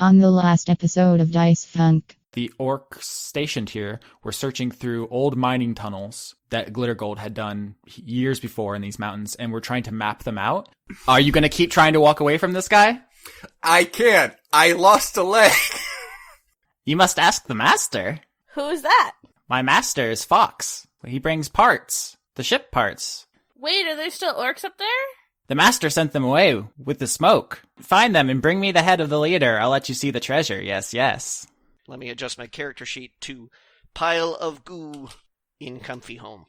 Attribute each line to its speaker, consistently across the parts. Speaker 1: On the last episode of Dice Funk,
Speaker 2: the orcs stationed here were searching through old mining tunnels that Glitter Gold had done years before in these mountains and were trying to map them out. Are you going to keep trying to walk away from this guy?
Speaker 3: I can't. I lost a leg.
Speaker 2: You must ask the master.
Speaker 4: Who's that?
Speaker 2: My master is Fox. He brings parts, the ship parts.
Speaker 4: Wait, are there still orcs up there?
Speaker 2: The master sent them away with the smoke. Find them and bring me the head of the leader. I'll let you see the treasure. Yes, yes.
Speaker 5: Let me adjust my character sheet to pile of goo in comfy home.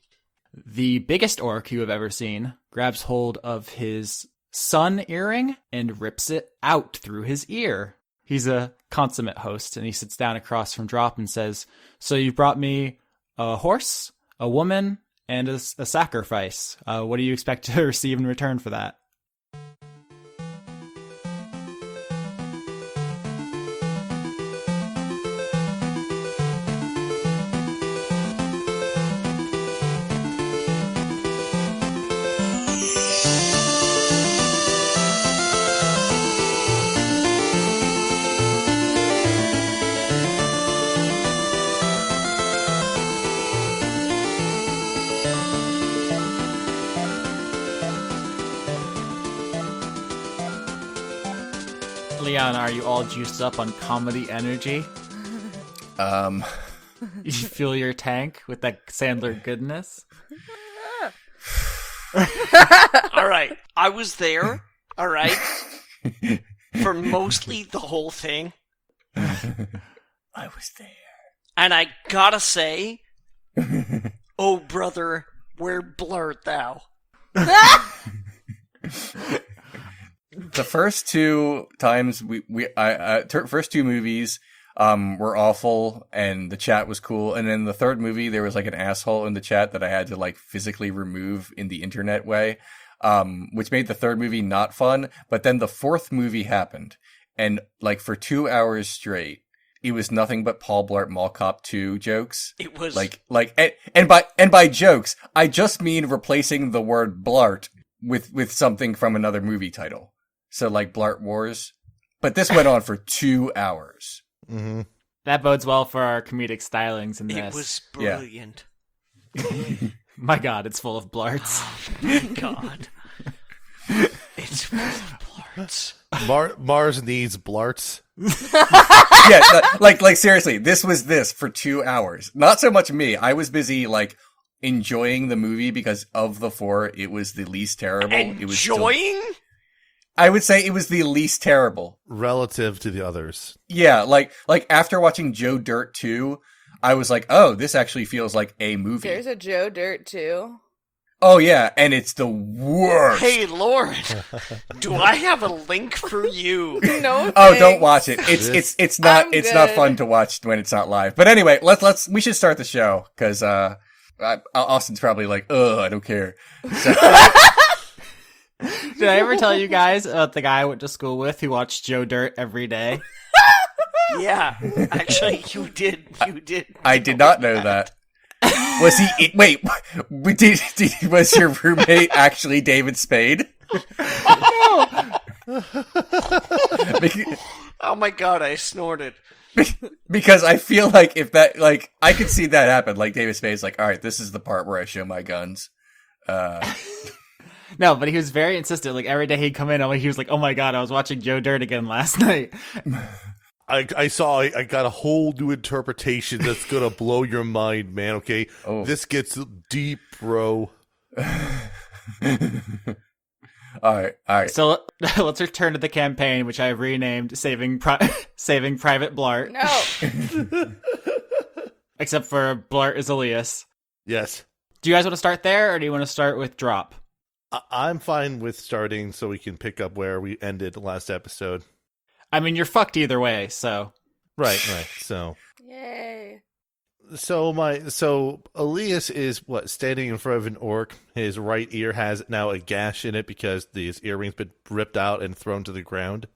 Speaker 2: The biggest orc you have ever seen grabs hold of his sun earring and rips it out through his ear. He's a consummate host and he sits down across from Drop and says, So you've brought me a horse, a woman, and a, s- a sacrifice. Uh, what do you expect to receive in return for that? Leon, are you all juiced up on comedy energy?
Speaker 3: Um,
Speaker 2: You fill your tank with that Sandler goodness?
Speaker 5: All right. I was there. All right. For mostly the whole thing.
Speaker 3: I was there.
Speaker 5: And I gotta say, oh brother, where blurt thou?
Speaker 3: The first two times we we I uh, ter- first two movies um were awful and the chat was cool and then the third movie there was like an asshole in the chat that I had to like physically remove in the internet way um which made the third movie not fun but then the fourth movie happened and like for 2 hours straight it was nothing but Paul Blart Mall Cop 2 jokes
Speaker 5: It was
Speaker 3: like like and, and by and by jokes i just mean replacing the word blart with with something from another movie title so like blart wars but this went on for two hours
Speaker 6: hmm
Speaker 2: That bodes well for our comedic stylings in
Speaker 5: it
Speaker 2: this.
Speaker 5: was
Speaker 3: Yeah.
Speaker 5: brilliant.
Speaker 2: My god, it's full of blarts.
Speaker 5: Oh, My God. it's full of blurts.
Speaker 6: Mar- Mars needs blarts.
Speaker 3: yeah no, like like seriously this was this for two hours not so much me i was busy like enjoying the movie because of the four it was the least terrible Oh, it was still-
Speaker 5: Enjoying?
Speaker 3: i would say it was the least terrible
Speaker 6: relative to the others.
Speaker 3: Yeah, like like after watching Joe Dirt 2, I was like, "Oh, this actually feels like a movie."
Speaker 7: There's a Joe Dirt too.
Speaker 3: oh yeah, and it's the worst.
Speaker 5: Hey, Lauren, do I have a link for you?
Speaker 7: No.
Speaker 3: oh, don't
Speaker 7: thanks.
Speaker 3: watch it. It's it's
Speaker 6: This-
Speaker 3: it's not
Speaker 7: I'm
Speaker 3: it's not
Speaker 7: good.
Speaker 3: fun to watch when it's not live. But anyway, let's let's we should start the show cuz uh I, Austin's probably like, "Ugh, I don't care."
Speaker 2: Did I ever tell you guys about the guy I went to school with who watched Joe Dirt every day?
Speaker 5: Yeah, actually, you did. You did.
Speaker 3: I did not know that. Was he it, wait, we did, did was your roommate actually David Spade? Because-
Speaker 5: Oh my god, I snorted.
Speaker 3: Because I feel like if that, like, I could see that happen. Like David Spade's like, all right, this is the part where I show my guns. Uh,
Speaker 2: No, but he was very insistent. Like every day he'd come in, I'm like- he was like, "Oh my god, I was watching Joe Dirt again last night."
Speaker 6: I, I saw I, I got a whole new interpretation that's gonna blow your mind, man. Okay,
Speaker 3: Oh.
Speaker 6: this gets deep, bro.
Speaker 3: all right, all right.
Speaker 2: So let's return to the campaign, which I have renamed "Saving Pri- Saving Private Blart,"
Speaker 7: No.
Speaker 2: except for Blart is Elias.
Speaker 6: Yes,
Speaker 2: Do you guys want to start there, or do you want to start with Drop?
Speaker 6: I, I'm fine with starting so we can pick up where we ended the last episode.
Speaker 2: I mean, you're fucked either way. So
Speaker 6: Right, right. So,
Speaker 7: Yay.
Speaker 6: so my so Elias is what standing in front of an orc. His right ear has now a gash in it because his earring's been ripped out and thrown to the ground.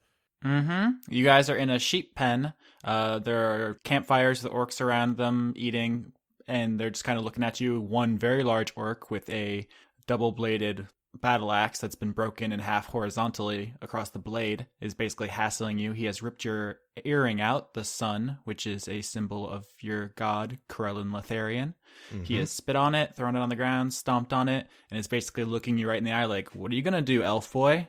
Speaker 2: Mm-hmm. You guys are in a sheep pen. Uh, there are campfires, the orcs around them eating, and they're just kind of looking at you. One very large orc with a double bladed battle axe that's been broken in half horizontally across the blade is basically hassling you. He has ripped your earring out, the sun, which is a symbol of your god, Corellin Lotharian. He
Speaker 6: Mm-hmm.
Speaker 2: has spit on it, thrown it on the ground, stomped on it, and is basically looking you right in the eye like, What are you going to do, elf boy?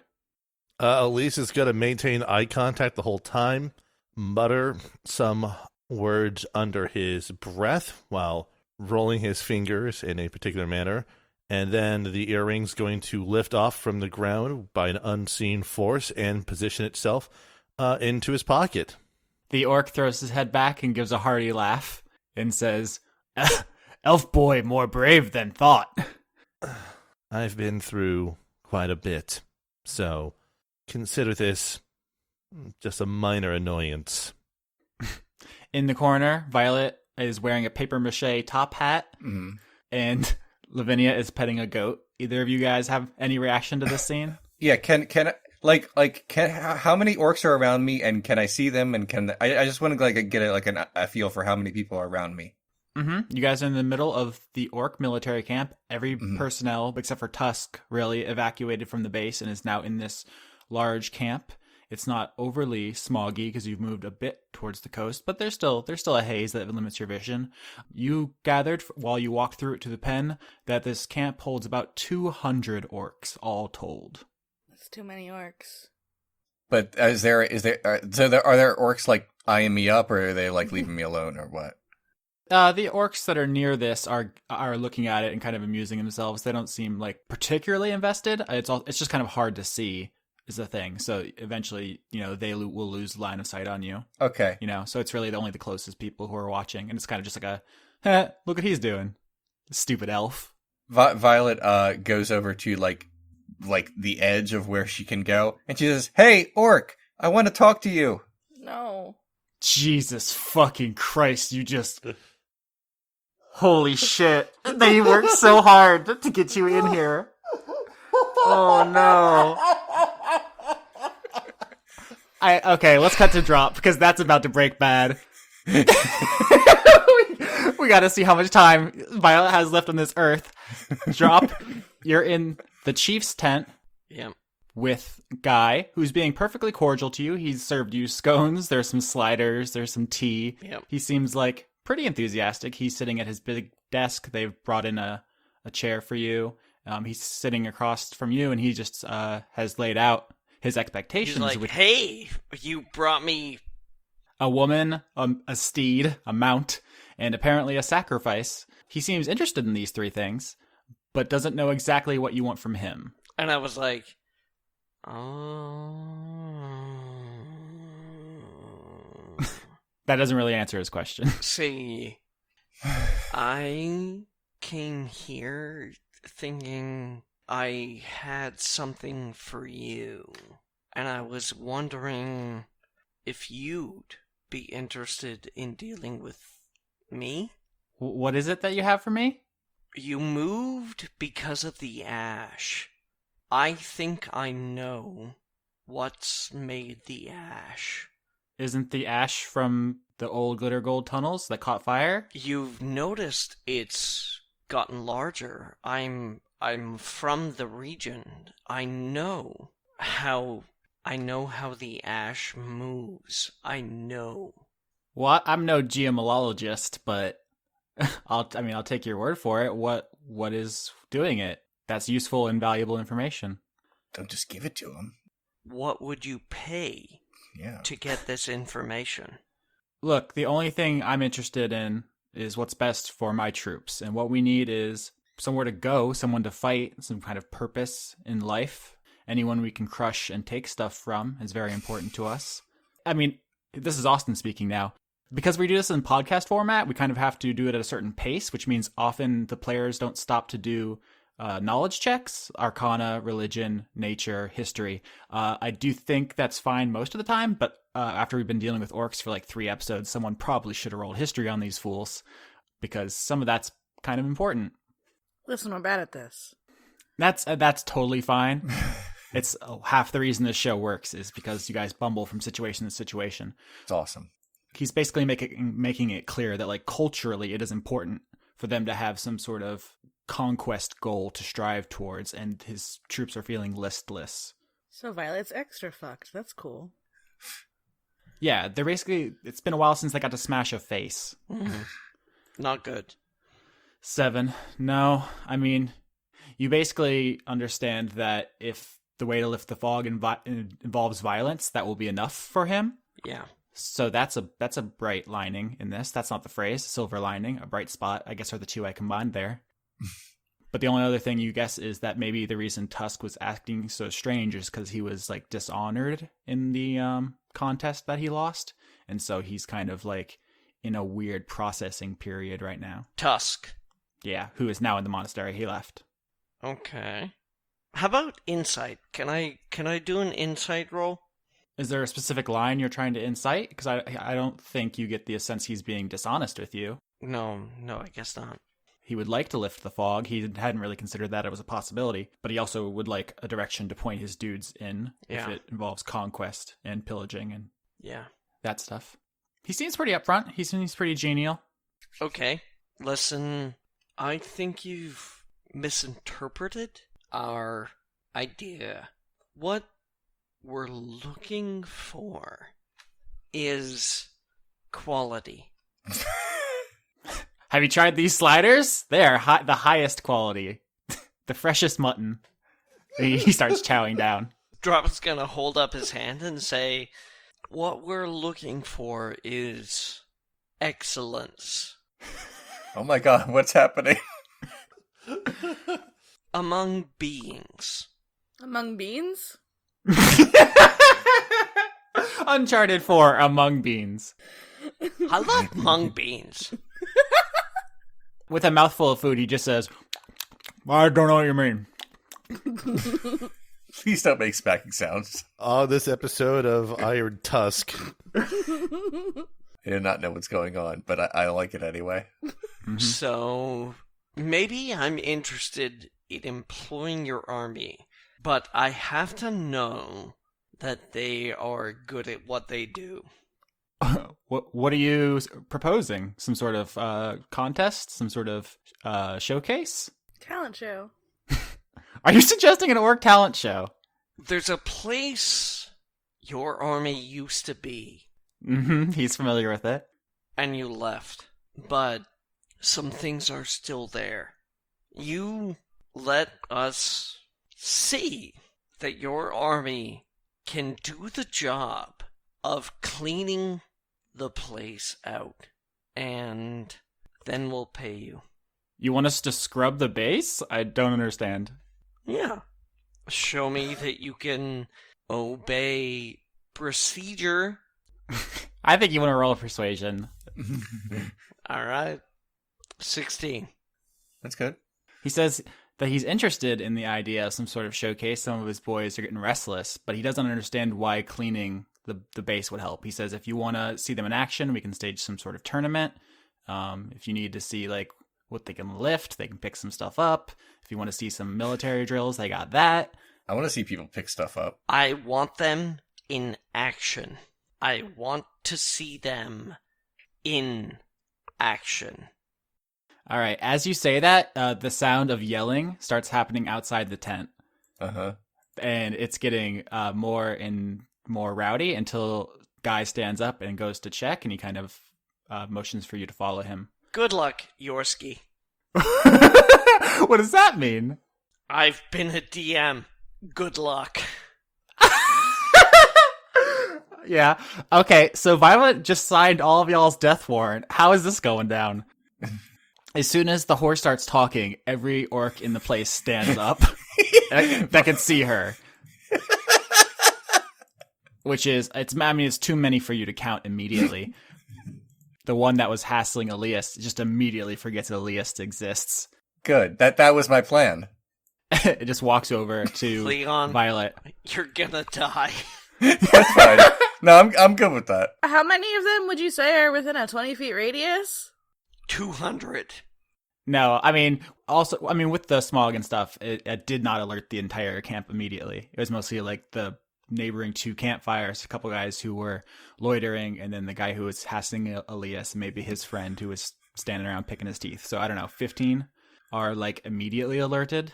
Speaker 6: Uh, Elise is going to maintain eye contact the whole time, mutter some words under his breath while rolling his fingers in a particular manner, and then the earring's going to lift off from the ground by an unseen force and position itself uh, into his pocket.
Speaker 2: The orc throws his head back and gives a hearty laugh and says, "Eh, Elf boy, more brave than thought.
Speaker 6: I've been through quite a bit, so consider this just a minor annoyance.
Speaker 2: In the corner, Violet is wearing a paper mache top hat
Speaker 3: Mhm.
Speaker 2: and Lavinia is petting a goat. Either of you guys have any reaction to this scene?
Speaker 3: Yeah, can can I- like like can how how many orcs are around me, and can I see them? And can I, I just want to like get a, like an, a feel for how many people are around me?
Speaker 2: Mm-hmm. You guys are in the middle of the orc military camp. Every
Speaker 3: Mhm.
Speaker 2: personnel, except for Tusk, really evacuated from the base and is now in this large camp. It's not overly smoggy because you've moved a bit towards the coast, but there's still there's still a haze that limits your vision. You gathered f- while you walked through it to the pen that this camp holds about 200 orcs all told.
Speaker 7: That's too many orcs.
Speaker 3: But uh, is there is there are, so there are there orcs like eyeing me up, or are they like leaving me alone, or what?
Speaker 2: Uh, the orcs that are near this are are looking at it and kind of amusing themselves. They don't seem like particularly invested. It's all it's just kind of hard to see is the thing. So eventually, you know, they lo- will lose line of sight on you.
Speaker 3: Okay,
Speaker 2: You know, so it's really the only the closest people who are watching, and it's kind of just like a, "Heh, look what he's doing, stupid elf.
Speaker 3: Vi- Violet uh goes over to like like the edge of where she can go, and she says, "Hey, orc, I want to talk to you."
Speaker 7: No.
Speaker 2: Jesus fucking Christ! You just holy shit! They worked so hard to get you in here. Oh no. I okay, let's cut to drop because that's about to break bad. we, we got to see how much time Violet has left on this earth. Drop, you're in the chief's tent
Speaker 5: Yeah.
Speaker 2: with Guy, who's being perfectly cordial to you. He's served you scones, there's some sliders, there's some tea.
Speaker 5: Yep.
Speaker 2: He seems like pretty enthusiastic. He's sitting at his big desk. They've brought in a, a chair for you. Um, he's sitting across from you, and he just uh, has laid out his expectations.
Speaker 5: He's like,
Speaker 2: which-
Speaker 5: hey, you brought me.
Speaker 2: a woman, a, a steed, a mount, and apparently a sacrifice. He seems interested in these three things, but doesn't know exactly what you want from him.
Speaker 5: And I was like, oh.
Speaker 2: That doesn't really answer his question.
Speaker 5: See, I came here thinking I had something for you, and I was wondering if you'd be interested in dealing with me.
Speaker 2: W- what is it that you have for me?
Speaker 5: You moved because of the ash. I think I know what's made the ash.
Speaker 2: Isn't the ash from the old glitter gold tunnels that caught fire?
Speaker 5: You've noticed it's gotten larger. I'm I'm from the region. I know how I know how the ash moves. I know.
Speaker 2: Well, I- I'm no geomolologist, but I'll I mean I'll take your word for it. What what is doing it? That's useful and valuable information.
Speaker 3: Don't just give it to him.
Speaker 5: What would you pay
Speaker 3: Yeah.
Speaker 5: to get this information?
Speaker 2: look, the only thing I'm interested in is what's best for my troops. And what we need is somewhere to go, someone to fight, some kind of purpose in life. Anyone we can crush and take stuff from is very important to us. I mean, this is Austin speaking now. Because we do this in podcast format, we kind of have to do it at a certain pace, which means often the players don't stop to do uh, knowledge checks, arcana, religion, nature, history. Uh, I do think that's fine most of the time, but uh, after we've been dealing with orcs for like three episodes, someone probably should have rolled history on these fools because some of that's kind of important.
Speaker 7: Listen, we're bad at this.
Speaker 2: That's uh, that's totally fine. It's uh, half the reason this show works is because you guys bumble from situation to situation.
Speaker 3: It's awesome.
Speaker 2: He's basically making making it clear that like culturally it is important for them to have some sort of conquest goal to strive towards, and his troops are feeling listless.
Speaker 7: So Violet's extra fucked. That's cool.
Speaker 2: Yeah, they're basically. It's been a while since they got to smash a face.
Speaker 5: Not good.
Speaker 2: Seven. No, I mean, you basically understand that if the way to lift the fog invi- in- involves violence, that will be enough for him.
Speaker 5: Yeah.
Speaker 2: So that's a that's a bright lining in this. That's not the phrase, silver lining, a bright spot. I guess are the two I combined there. but the only other thing you guess is that maybe the reason Tusk was acting so strange is because he was like dishonored in the um, contest that he lost, and so he's kind of like in a weird processing period right now.
Speaker 5: Tusk.
Speaker 2: Yeah, who is now in the monastery? He left.
Speaker 5: Okay. How about insight? Can I can I do an insight roll?
Speaker 2: Is there a specific line you're trying to incite? Because I I don't think you get the sense he's being dishonest with you.
Speaker 5: No, no, I guess not.
Speaker 2: He would like to lift the fog. He hadn't really considered that it was a possibility, but he also would like a direction to point his dudes in
Speaker 5: Yeah.
Speaker 2: if it involves conquest and pillaging and
Speaker 5: Yeah.
Speaker 2: that stuff. He seems pretty upfront. He seems pretty genial.
Speaker 5: Okay. Listen, I think you've misinterpreted our idea. What we're looking for is quality.
Speaker 2: Have you tried these sliders? They are hi- the highest quality, the freshest mutton. He he starts chowing down.
Speaker 5: Drop's gonna hold up his hand and say, What we're looking for is excellence.
Speaker 3: Oh my god, what's happening?
Speaker 5: among beings.
Speaker 7: Among beans?
Speaker 2: Uncharted 4 Among Beans.
Speaker 5: I love mung beans.
Speaker 2: With a mouthful of food, he just says, I don't know what you mean.
Speaker 3: Please don't make smacking sounds.
Speaker 6: On Ah, this episode of Iron Tusk,
Speaker 3: I did not know what's going on, but I, I like it anyway.
Speaker 5: So maybe I'm interested in employing your army, but I have to know that they are good at what they do.
Speaker 2: what what are you s- proposing? Some sort of uh, contest? Some sort of uh, showcase?
Speaker 7: Talent show.
Speaker 2: Are you suggesting an orc talent show?
Speaker 5: There's a place your army used to be,
Speaker 2: hmm He's familiar with it.
Speaker 5: and you left, but some things are still there. You let us see that your army can do the job of cleaning the place out, and then we'll pay you.
Speaker 2: You want us to scrub the base? I don't understand.
Speaker 5: Yeah. Show me that you can obey procedure.
Speaker 2: I think you want to roll a persuasion.
Speaker 5: All right. 16.
Speaker 3: That's good.
Speaker 2: He says that he's interested in the idea of some sort of showcase. Some of his boys are getting restless, but he doesn't understand why cleaning the, the base would help. He says if you want to see them in action, we can stage some sort of tournament. Um, if you need to see like what they can lift, they can pick some stuff up. If you want to see some military drills, they got that.
Speaker 3: I want to see people pick stuff up.
Speaker 5: I want them in action. I want to see them in action.
Speaker 2: All right. As you say that, uh, the sound of yelling starts happening outside the tent.
Speaker 3: Uh huh.
Speaker 2: and it's getting uh, more and more rowdy until guy stands up and goes to check and he kind of uh, motions for you to follow him
Speaker 5: Good luck, Yorski.
Speaker 2: what does that mean
Speaker 5: I've been a DM. Good luck.
Speaker 2: yeah okay so violet just signed all of y'all's death warrant how is this going down as soon as the horse starts talking every orc in the place stands up that, that can see her. Which is, it's, I mean, it's too many for you to count immediately. the one that was hassling Elias just immediately forgets Elias exists.
Speaker 3: Good. That that was my plan.
Speaker 2: it just walks over to
Speaker 5: Leon,
Speaker 2: Violet.
Speaker 5: you're gonna die.
Speaker 3: That's fine. no, I'm I'm good with that.
Speaker 7: How many of them would you say are within a 20 feet radius?
Speaker 5: 200.
Speaker 2: No, I mean, also, I mean, with the smog and stuff, it, it did not alert the entire camp immediately. It was mostly like the neighboring two campfires, a couple guys who were loitering, and then the guy who E-, was hassling Elias, maybe his friend who was standing around picking his teeth. So I don't know, 15? are like immediately alerted.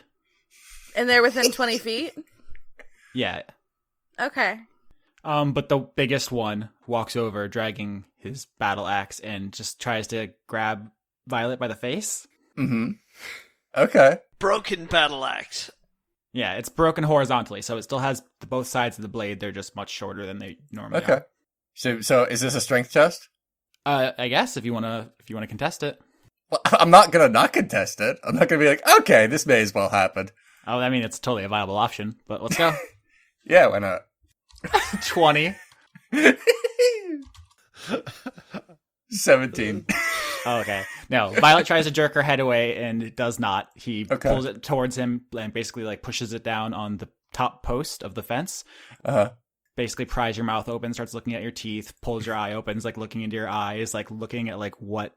Speaker 7: And they're within 20 feet?
Speaker 2: Yeah.
Speaker 7: Okay.
Speaker 2: Um, but the biggest one walks over, dragging his battle axe, and just tries to grab Violet by the face.
Speaker 3: Mm-hmm. Okay.
Speaker 5: Broken battle axe.
Speaker 2: Yeah, it's broken horizontally, so it still has the, both sides of the blade. They're just much shorter than they normally
Speaker 3: Okay.
Speaker 2: are.
Speaker 3: So, so is this a strength test?
Speaker 2: Uh, I guess if you wanna if you wanna contest it.
Speaker 3: Well, I'm not gonna not contest it. I'm not gonna be like, okay, this may as well happen.
Speaker 2: Oh, I mean it's totally a viable option, but let's go.
Speaker 3: Yeah, why not?
Speaker 2: Twenty.
Speaker 3: Seventeen.
Speaker 2: Oh, okay. No, Violet tries to jerk her head away and it does not. He
Speaker 3: Okay.
Speaker 2: pulls it towards him and basically like pushes it down on the top post of the fence.
Speaker 3: Uh-huh.
Speaker 2: Basically pries your mouth open, starts looking at your teeth, pulls your eye open, is like looking into your eyes, like looking at like what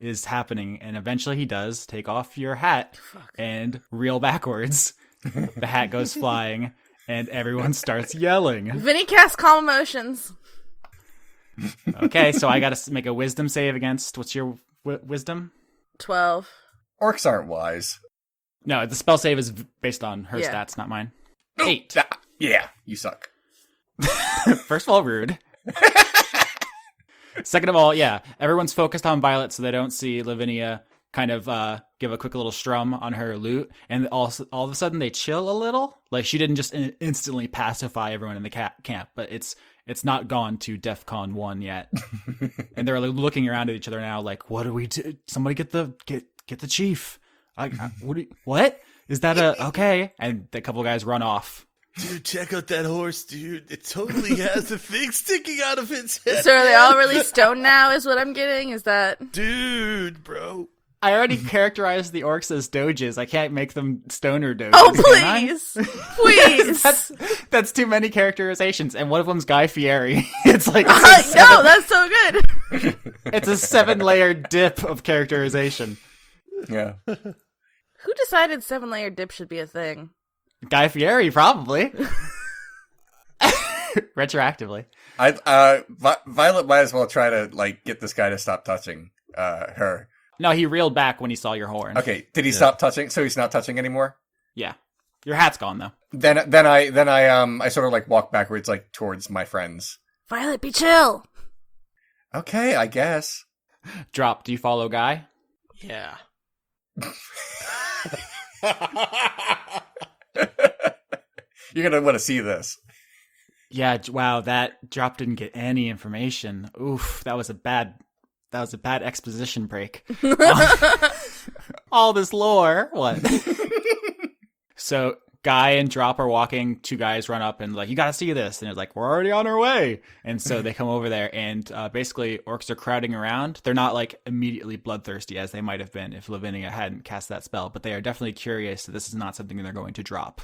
Speaker 2: is happening. And eventually he does take off your hat and reel backwards. the hat goes flying and everyone starts yelling.
Speaker 7: Vinny casts calm emotions.
Speaker 2: Okay, so I got to make a wisdom save against what's your w- wisdom?
Speaker 7: 12.
Speaker 3: Orcs aren't wise.
Speaker 2: No, the spell save is v- based on her
Speaker 7: Yeah.
Speaker 2: stats, not mine. Eight.
Speaker 3: Ah, yeah, you suck.
Speaker 2: First of all, rude. Second of all, yeah, everyone's focused on Violet, so they don't see Lavinia kind of uh, give a quick little strum on her lute, and all all of a sudden they chill a little. Like she didn't just in- instantly pacify everyone in the ca- camp, but it's it's not gone to DefCon one yet, and they're like looking around at each other now, like, what do we do? Somebody get the get get the chief. I, I- what? Do you, what is that? A okay? And the couple guys run off.
Speaker 6: Dude, check out that horse, dude. It totally has the thing sticking out of its head.
Speaker 7: So are they all really stoned now, is what I'm getting? Is that.
Speaker 6: Dude, bro.
Speaker 2: I already characterized the orcs as doges. I can't make them stoner doges.
Speaker 7: Oh,
Speaker 2: can I?
Speaker 7: please! Please!
Speaker 2: That's that's too many characterizations, and one of them's Guy Fieri. it's like it's a,
Speaker 7: Uh,
Speaker 2: seven,
Speaker 7: no, that's so good.
Speaker 2: it's a seven-layer dip of characterization.
Speaker 3: Yeah.
Speaker 7: Who decided seven layer dip should be a thing?
Speaker 2: Guy Fieri, probably. Retroactively.
Speaker 3: I uh, Vi- Violet might as well try to like get this guy to stop touching uh her.
Speaker 2: No, he reeled back when he saw your horn.
Speaker 3: Okay, did he
Speaker 6: Yeah.
Speaker 3: stop touching? So he's not touching anymore.
Speaker 2: Yeah. Your hat's gone though.
Speaker 3: Then then I then I um I sort of like walk backwards like towards my friends.
Speaker 7: Violet, be chill.
Speaker 3: Okay, I guess.
Speaker 2: Drop. Do you follow Guy?
Speaker 5: Yeah.
Speaker 3: You're gonna want to see this.
Speaker 2: Yeah. j- Wow. That drop didn't get any information. Oof. That was a bad. That was a bad exposition break. all this lore. What? so guy and drop are walking. Two guys run up and like, you gotta see this. And it's like, we're already on our way. And so they come over there and uh, basically orcs are crowding around. They're not like immediately bloodthirsty as they might have been if Lavinia hadn't cast that spell, but they are definitely curious that this is not something they're going to drop.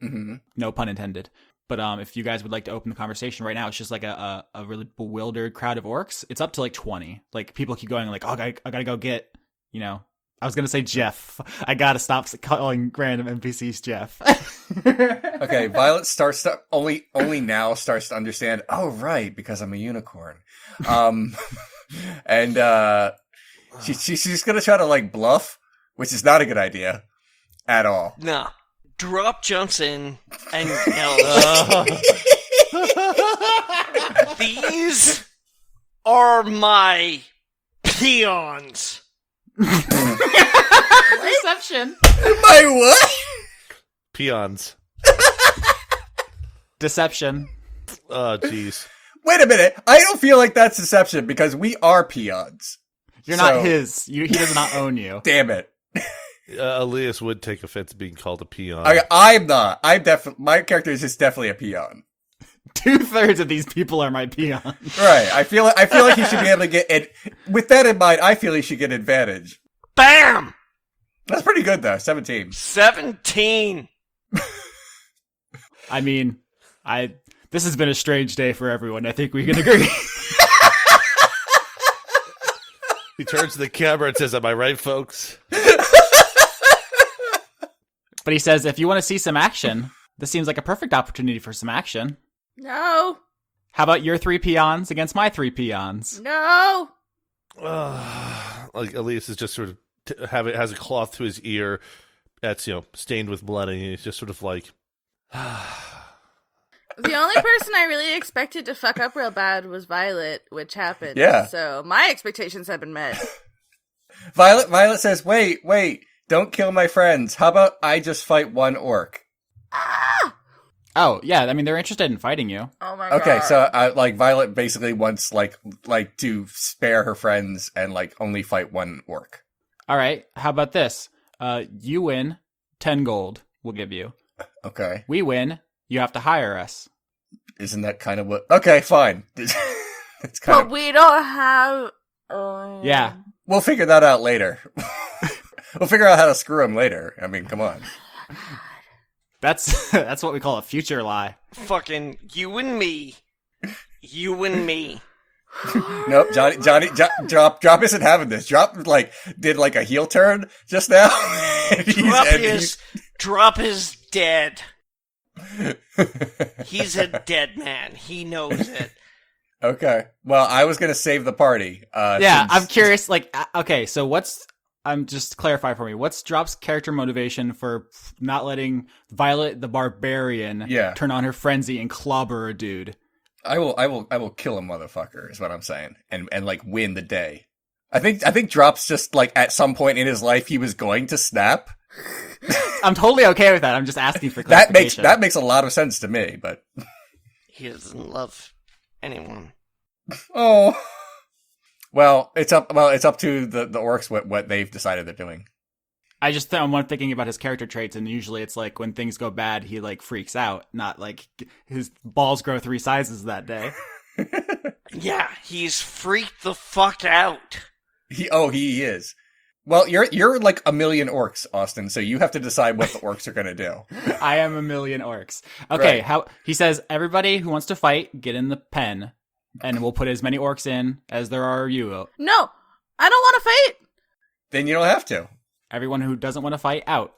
Speaker 3: hmm
Speaker 2: No pun intended. But um, if you guys would like to open the conversation right now, it's just like a, a, a really bewildered crowd of orcs. It's up to like 20. Like people keep going like, oh, I, I gotta go get, you know, I was gonna say Jeff. I gotta stop calling random NPCs Jeff.
Speaker 3: Okay, Violet starts to only only now starts to understand. Oh right, because I'm a unicorn. Um, and uh, she, she she's gonna try to like bluff, which is not a good idea at all.
Speaker 5: Nah. Drop jumps in and yells,
Speaker 6: Uh-huh.
Speaker 5: These are my peons.
Speaker 2: Deception.
Speaker 3: My what?
Speaker 6: Peons.
Speaker 2: Deception.
Speaker 6: Oh, jeez.
Speaker 3: Wait a minute. I don't feel like that's deception because we are peons.
Speaker 2: You're not
Speaker 3: So-
Speaker 2: his. You, he does not own you.
Speaker 3: Damn it.
Speaker 6: Uh, Elias would take offense being called a peon.
Speaker 3: I, I'm not. I'm definitely. My character is just definitely a peon.
Speaker 2: Two thirds of these people are my peon.
Speaker 3: Right. I feel. I feel like he should be able to get. And with that in mind, I feel he should get advantage.
Speaker 5: Bam!
Speaker 3: That's pretty good though. Seventeen.
Speaker 5: 17.
Speaker 2: I mean, I. This has been a strange day for everyone. I think we can agree.
Speaker 6: he turns to the camera and says, Am I right, folks?
Speaker 2: But he says, if you want to see some action, this seems like a perfect opportunity for some action.
Speaker 7: No,
Speaker 2: How about your three peons against my three peons?
Speaker 7: no.
Speaker 6: Uh, Ugh. like, Elias is just sort of t- have it has a cloth to his ear that's you know stained with blood, and he's just sort of like, mm-hmm.
Speaker 7: The only person I really expected to fuck up real bad was Violet, which happened.
Speaker 3: Yeah.
Speaker 7: So my expectations have been met.
Speaker 3: Violet Violet says, "Wait, wait, don't kill my friends. How about I just fight one orc?"
Speaker 2: Oh, yeah. I mean, they're interested in fighting you.
Speaker 7: Ah! Oh my god.
Speaker 3: Okay, so uh, like Violet basically wants like like to spare her friends and like only fight one orc.
Speaker 2: All right. How about this? Uh, you win, 10 gold we'll give you.
Speaker 3: Okay,
Speaker 2: We win, you have to hire us.
Speaker 3: isn't that kind of what? Okay, fine. it's kind
Speaker 7: But
Speaker 3: of.
Speaker 7: we don't have. Oh.
Speaker 2: Yeah.
Speaker 3: We'll figure that out later. we'll figure out how to screw him later. I mean, come on.
Speaker 2: That's that's what we call a future lie.
Speaker 5: Fucking you and me. You and me.
Speaker 3: Nope, Johnny, Johnny, jo- drop, drop isn't having this. Drop like did like a heel turn just now. And he's-
Speaker 5: Drop
Speaker 3: and
Speaker 5: is Drop is dead.
Speaker 3: he's-
Speaker 5: He's a dead man. He knows it.
Speaker 3: okay. Well, I was gonna save the party. Uh,
Speaker 2: yeah,
Speaker 3: since-
Speaker 2: I'm curious. Like, uh, okay, so what's I'm just clarify for me. What's Drop's character motivation for not letting Violet the Barbarian
Speaker 3: Yeah.
Speaker 2: turn on her frenzy and clobber a dude?
Speaker 3: I will, I will, I will kill a motherfucker. Is what I'm saying, and and like win the day. I think, I think Drop's just like at some point in his life he was going to snap.
Speaker 2: I'm totally okay with that. I'm just asking for
Speaker 3: That
Speaker 2: clarification.
Speaker 3: makes that makes a lot of sense to me. But
Speaker 5: He doesn't love anyone.
Speaker 3: Oh. Well, it's up. Well, it's up to the the orcs what what they've decided they're doing.
Speaker 2: I just th- I'm one thinking about his character traits, and usually it's like when things go bad, he like freaks out. Not like g- his balls grow three sizes that day.
Speaker 5: Yeah, he's freaked the fuck out.
Speaker 3: He oh he is. Well, you're you're like a million orcs, Austin. So you have to decide what the orcs are gonna do.
Speaker 2: I am a million orcs. Okay,
Speaker 3: Right.
Speaker 2: how he says everybody who wants to fight, get in the pen, and we'll put as many orcs in as there are you.
Speaker 7: No, I don't want to fight.
Speaker 3: Then you don't have to.
Speaker 2: Everyone who doesn't want to fight out.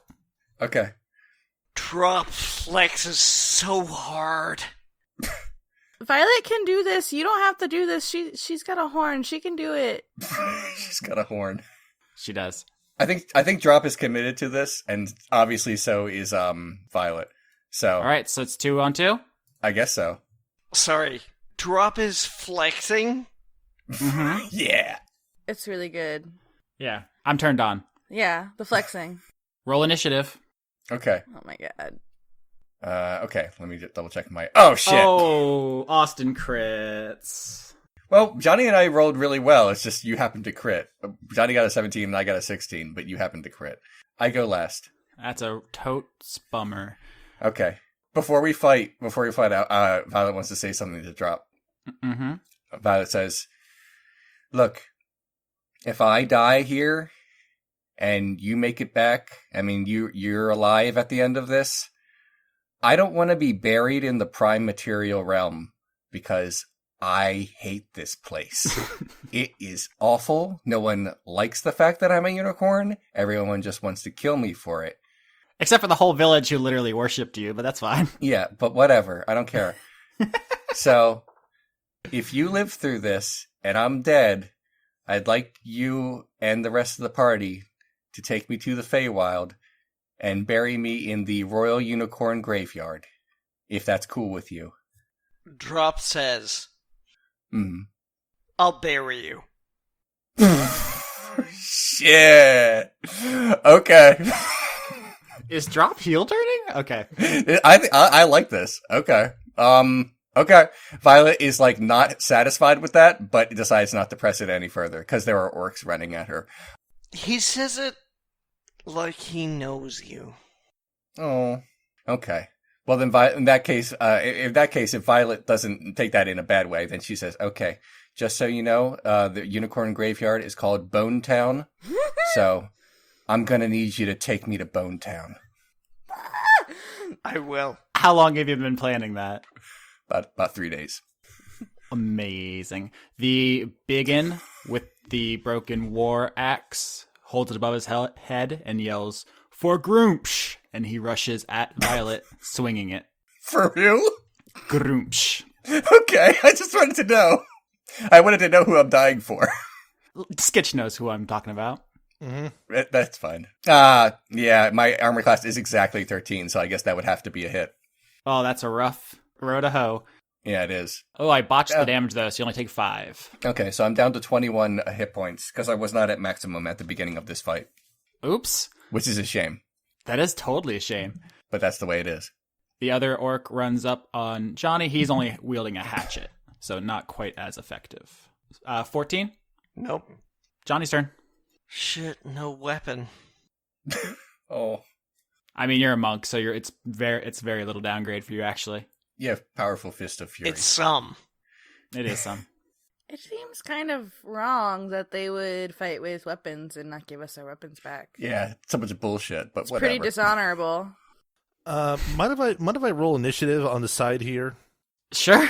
Speaker 3: Okay.
Speaker 5: Drop flexes so hard.
Speaker 7: Violet can do this. You don't have to do this. She she's got a horn. She can do it.
Speaker 3: She's got a horn.
Speaker 2: She does.
Speaker 3: I think I think Drop is committed to this, and obviously so is um Violet. So
Speaker 2: All right, so it's two on two.
Speaker 3: I guess so.
Speaker 5: Sorry. Drop is flexing.
Speaker 2: Mm-hmm.
Speaker 3: Yeah.
Speaker 7: It's really good.
Speaker 2: Yeah, I'm turned on.
Speaker 7: Yeah, the flexing.
Speaker 2: Roll initiative.
Speaker 3: Okay.
Speaker 7: Oh my god.
Speaker 3: Uh, okay. Let me just double check my. Oh shit.
Speaker 2: Oh, Austin crits.
Speaker 3: Well, Johnny and I rolled really well. It's just you happened to crit. Johnny got a 17 and I got a 16, but you happened to crit. I go last.
Speaker 2: That's a tote spummer.
Speaker 3: Okay. Before we fight, before we fight out, uh, Violet wants to say something to drop.
Speaker 2: Mm-hmm.
Speaker 3: Violet says, Look, if I die here and you make it back, I mean, you, you're alive at the end of this, I don't want to be buried in the prime material realm because I hate this place. It is awful. No one likes the fact that I'm a unicorn. Everyone just wants to kill me for it.
Speaker 2: Except for the whole village who literally worshipped you, but that's fine.
Speaker 3: Yeah, but whatever. I don't care. so, if you live through this and I'm dead, I'd like you and the rest of the party to take me to the Feywild and bury me in the Royal Unicorn Graveyard, if that's cool with you.
Speaker 5: Drop says,
Speaker 3: Mm.
Speaker 5: I'll bury you.
Speaker 3: Shit. Okay.
Speaker 2: Is drop heel turning? Okay.
Speaker 3: I, th- I I like this. Okay. Um. Okay. Violet is like not satisfied with that, but decides not to press it any further because there are orcs running at her.
Speaker 5: He says it like he knows you.
Speaker 3: Oh. Okay. Well, then, Vi- in that case, uh, i- in that case, if Violet doesn't take that in a bad way, then she says, "Okay, just so you know, uh, the unicorn graveyard is called Bone Town, so I'm gonna need you to take me to Bone Town."
Speaker 5: I will.
Speaker 2: How long have you been planning that?
Speaker 3: About about three days.
Speaker 2: Amazing. The biggin with the broken war axe holds it above his he- head and yells for Groomsh, and he rushes at Violet, swinging it.
Speaker 3: For real?
Speaker 2: Groomsh.
Speaker 3: Okay, I just wanted to know. I wanted to know who I'm dying for.
Speaker 2: Sketch knows who I'm talking about.
Speaker 6: hmm
Speaker 3: That- That's fine. Uh yeah, my armor class is exactly 13, so I guess that would have to be a hit.
Speaker 2: Oh, that's a rough road to hoe.
Speaker 3: Yeah, it is.
Speaker 2: Oh, I botched
Speaker 3: Yeah.
Speaker 2: the damage though, so you only take five.
Speaker 3: Okay, so I'm down to 21 hit points because I was not at maximum at the beginning of this fight,
Speaker 2: Oops.
Speaker 3: which is a shame,
Speaker 2: That is totally a shame.
Speaker 3: but that's the way it is.
Speaker 2: The other orc runs up on Johnny. He's only wielding a hatchet, so not quite as effective. Uh, 14.
Speaker 5: Nope.
Speaker 2: Johnny's turn.
Speaker 5: Shit, no weapon.
Speaker 3: Oh,
Speaker 2: I mean, you're a monk, so you're it's very it's very little downgrade for you actually.
Speaker 3: you have powerful fist of fury.
Speaker 5: It's some.
Speaker 2: It is some.
Speaker 7: It seems kind of wrong that they would fight with weapons and not give us our weapons back.
Speaker 3: Yeah, it's a bunch of bullshit, but
Speaker 7: It's
Speaker 3: whatever.
Speaker 7: pretty dishonorable.
Speaker 6: Uh, mind if I mind if I roll initiative on the side here?
Speaker 2: sure.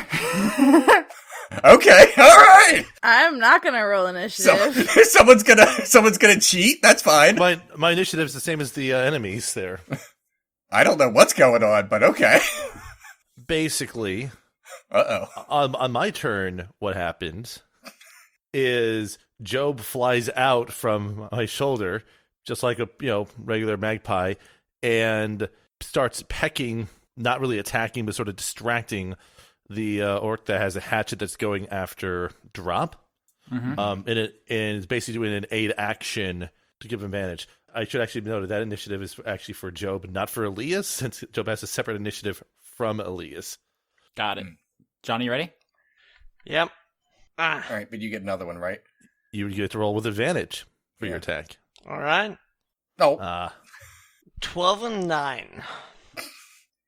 Speaker 3: Okay, all right.
Speaker 7: I'm not gonna roll
Speaker 3: So
Speaker 7: initiative.
Speaker 3: someone's gonna someone's gonna cheat. That's fine.
Speaker 6: My my initiative's the same as the uh, enemies there.
Speaker 3: I don't know what's going on, but okay.
Speaker 6: Basically,
Speaker 3: Uh oh.
Speaker 6: on, on my turn, what happens is Job flies out from my shoulder, just like a you know regular magpie, and starts pecking, not really attacking, but sort of distracting the uh, orc that has a hatchet that's going after Drop.
Speaker 2: hmm
Speaker 6: Um, and it and it's basically doing an aid action to give advantage. I should actually note that that initiative is actually for Job, not for Elias, since Job has a separate initiative from Elias.
Speaker 2: Got it. Johnny, you ready?
Speaker 5: Yep. Ah,
Speaker 3: All right, but you get another one, right?
Speaker 6: You get to roll with advantage for your
Speaker 3: Yeah.
Speaker 6: attack.
Speaker 5: all right.
Speaker 3: No.
Speaker 6: Uh,
Speaker 5: 12 and 9.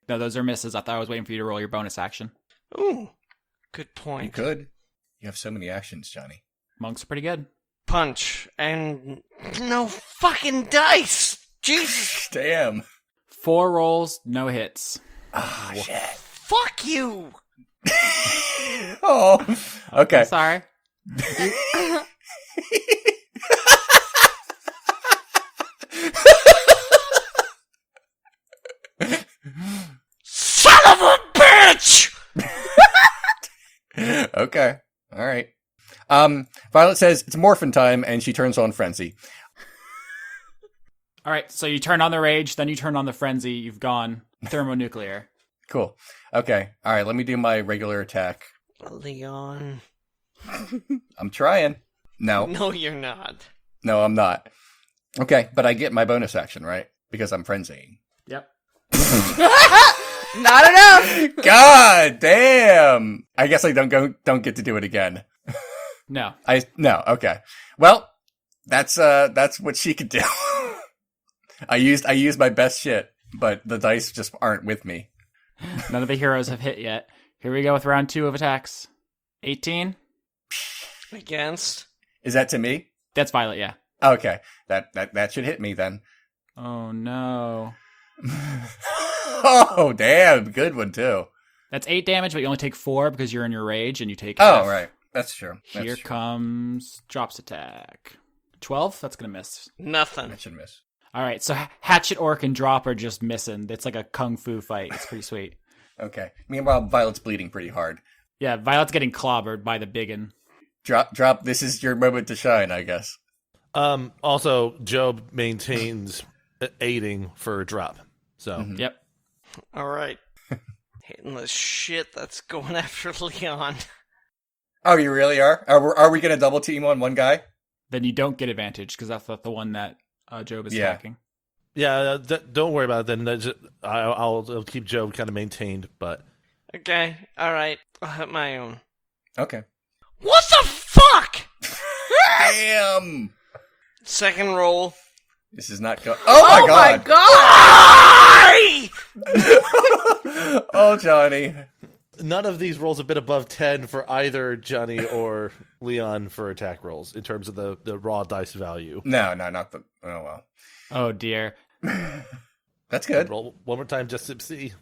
Speaker 2: No, those are misses. I thought I was waiting for you to roll your bonus action.
Speaker 5: Ooh. Good
Speaker 3: you
Speaker 5: point.
Speaker 3: could. You have so many actions, Johnny.
Speaker 2: Monks are pretty good.
Speaker 5: Punch and no fucking dice. Jesus.
Speaker 3: Damn.
Speaker 2: Four rolls, no hits.
Speaker 3: Ah, shit.
Speaker 5: Fuck you.
Speaker 3: oh. Okay.
Speaker 2: Sorry.
Speaker 5: Son of a bitch.
Speaker 3: okay. All right. Um, Violet says it's morphin time, and she turns on frenzy.
Speaker 2: All right, so you turn on the rage, then you turn on the frenzy. You've gone thermonuclear.
Speaker 3: Cool. Okay. All right. Let me do my regular attack.
Speaker 5: Leon.
Speaker 3: I'm trying. No.
Speaker 5: No, you're not.
Speaker 3: No, I'm not. Okay, but I get my bonus action right because I'm frenzying.
Speaker 2: Yep.
Speaker 7: not enough.
Speaker 3: God damn! I guess I don't go, don't get to do it again.
Speaker 2: No.
Speaker 3: I no. Okay. Well, that's uh that's what she could do. I used I used my best shit, but the dice just aren't with me.
Speaker 2: None of the heroes have hit yet. Here we go with round two of attacks. 18.
Speaker 5: Against.
Speaker 3: Is that to me?
Speaker 2: That's Violet, yeah.
Speaker 3: Okay. That that that should hit me then.
Speaker 2: Oh, no.
Speaker 3: oh damn! Good one too.
Speaker 2: That's eight damage, but you only take four because you're in your rage and you take.
Speaker 3: Oh
Speaker 2: half.
Speaker 3: right, that's true. That's
Speaker 2: Here
Speaker 3: true.
Speaker 2: comes Drops Attack. 12? That's going to miss.
Speaker 5: Nothing.
Speaker 3: That should miss.
Speaker 2: All right, so H- Hatchet Orc and Drop are just missing. It's like a kung fu fight. It's pretty sweet.
Speaker 3: Okay. Meanwhile, Violet's bleeding pretty hard.
Speaker 2: Yeah, Violet's getting clobbered by the biggin.
Speaker 3: Drop, drop. This is your moment to shine, I guess.
Speaker 6: um, also, Job maintains aiding for a drop. So
Speaker 3: Mhm.
Speaker 2: Yep.
Speaker 5: All right. Hitting the shit that's going after Leon.
Speaker 3: Oh, you really are? Are we, are we going to double team on one guy?
Speaker 2: Then you don't get advantage because that's the, the one that uh, Job is
Speaker 3: Yeah.
Speaker 2: attacking.
Speaker 6: yeah, th- don't worry about it. Then That's- I- I'll, I'll keep Job kind of maintained, but
Speaker 5: Okay. All right. I'll hit my own.
Speaker 3: Okay.
Speaker 5: What the fuck?
Speaker 3: Damn!
Speaker 5: Second roll.
Speaker 3: This is not go. Oh, my god!
Speaker 5: Why?
Speaker 3: oh, Johnny.
Speaker 6: none of these rolls have been above 10 for either Johnny or Leon for attack rolls in terms of the, the raw dice value.
Speaker 3: No, no, not the. Oh well,
Speaker 2: Oh, dear.
Speaker 3: that's good.
Speaker 6: Roll one more time just to see.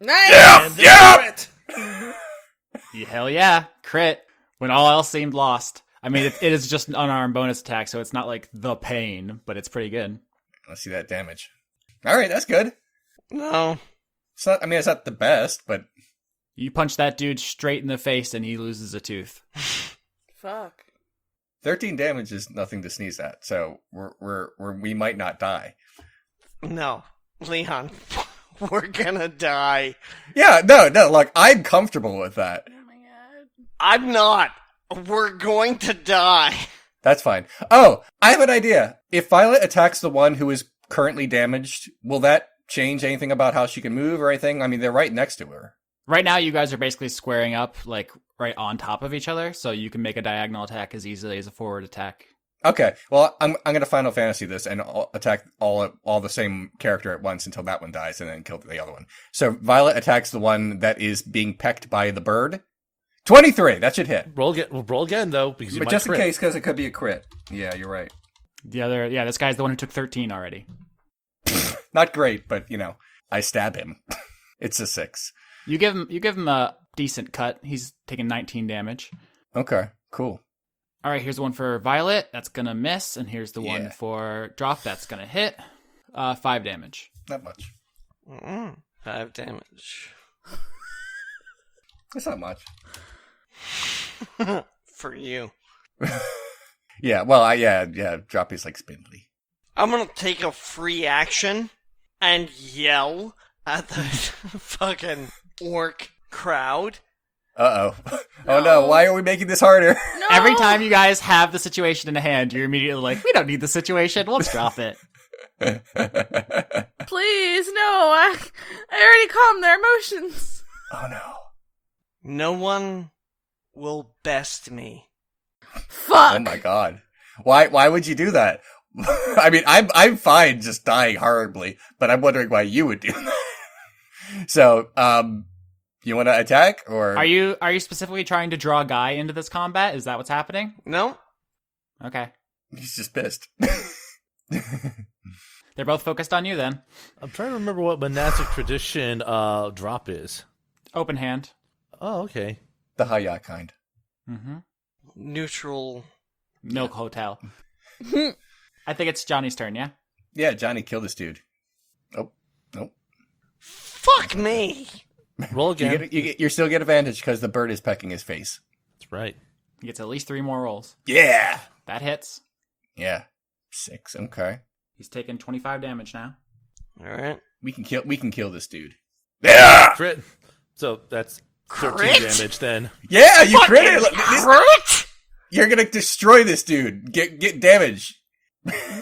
Speaker 7: Nice.
Speaker 3: Yeah.
Speaker 2: Yeah, Hell yeah. Crit. When all else seemed lost. I mean, it, it is just an unarmed bonus attack, so it's not like the pain, but it's pretty good.
Speaker 3: Let's see that damage. All right, that's good.
Speaker 5: No.
Speaker 3: It's not. I mean, it's not the best, but
Speaker 2: You punch that dude straight in the face and he loses a tooth.
Speaker 7: Fuck.
Speaker 3: Thirteen damage is nothing to sneeze at. So we're we're, we're we might not die.
Speaker 5: No, Leon, we're gonna die.
Speaker 3: Yeah, no, no. Like I'm comfortable with that.
Speaker 7: Oh my god.
Speaker 5: I'm not. We're going to die.
Speaker 3: That's fine. Oh, I have an idea. If Violet attacks the one who is currently damaged, will that change anything about how she can move or anything? I mean, they're right next to her.
Speaker 2: Right now, you guys are basically squaring up, like right on top of each other, so you can make a diagonal attack as easily as a forward attack.
Speaker 3: Okay, well, I'm I'm gonna Final Fantasy this and I'll attack all at- all the same character at once until that one dies, and then kill the other one. So Violet attacks the one that is being pecked by the bird. Twenty three. That should hit.
Speaker 6: Roll again. Well, roll again though, because you
Speaker 3: But
Speaker 6: might
Speaker 3: just
Speaker 6: crit.
Speaker 3: in case, because it could be a crit. Yeah, you're right.
Speaker 2: The other, yeah, this guy's the one who took 13 already.
Speaker 3: Not great, but you know, I stab him. it's a six.
Speaker 2: You give him, you give him a decent cut. He's taking 19 damage.
Speaker 3: Okay, cool.
Speaker 2: All right, here's the one for Violet. That's gonna miss, and here's the one
Speaker 3: Yeah.
Speaker 2: for Drop. That's gonna hit. Uh, five damage.
Speaker 3: Not much.
Speaker 5: Mm, Five damage
Speaker 3: It's not much.
Speaker 5: for you.
Speaker 3: Yeah. Well, I, yeah, yeah. Droppy's like spindly.
Speaker 5: I'm gonna take a free action and yell at the fucking orc crowd.
Speaker 3: Uh oh. oh no! Why are we making this harder?
Speaker 7: No.
Speaker 2: Every time you guys have the situation in hand, you're immediately like, "We don't need the situation. Let's drop it."
Speaker 3: oh
Speaker 7: Please, no. I, I already calmed their emotions.
Speaker 3: no.
Speaker 5: No one will best me.
Speaker 7: Fuck.
Speaker 3: Oh my god. Why why would you do that? I mean, I'm I'm fine just dying horribly, but I'm wondering why you would do that. so, um you want to attack or
Speaker 2: Are you are you specifically trying to draw Guy into this combat? Is that what's happening?
Speaker 5: No,
Speaker 2: Okay,
Speaker 3: he's just pissed.
Speaker 2: they're both focused on you then.
Speaker 6: I'm trying to remember what monastic tradition uh drop is.
Speaker 2: Open hand.
Speaker 6: Oh, okay.
Speaker 3: the Haya kind.
Speaker 2: Mm-hmm.
Speaker 5: neutral.
Speaker 2: Milk Hotel. I think it's Johnny's turn. Yeah.
Speaker 3: Yeah, Johnny killed this dude. Oh, nope.
Speaker 5: Fuck me.
Speaker 6: Roll
Speaker 3: You
Speaker 6: again.
Speaker 3: get, you get you still get advantage cuz the bird is pecking his face.
Speaker 6: That's right.
Speaker 2: He gets at least three more rolls.
Speaker 3: Yeah.
Speaker 2: That hits.
Speaker 3: Yeah. 6. Okay.
Speaker 2: He's taking 25 damage now.
Speaker 5: All right.
Speaker 3: We can kill we can kill this dude. Yeah.
Speaker 6: Crit. So that's 13
Speaker 5: Crit?
Speaker 6: damage then.
Speaker 3: Yeah, you
Speaker 5: Fucking
Speaker 3: crit it. Look, this-
Speaker 5: crit?
Speaker 3: You're gonna destroy this dude. Get get damage.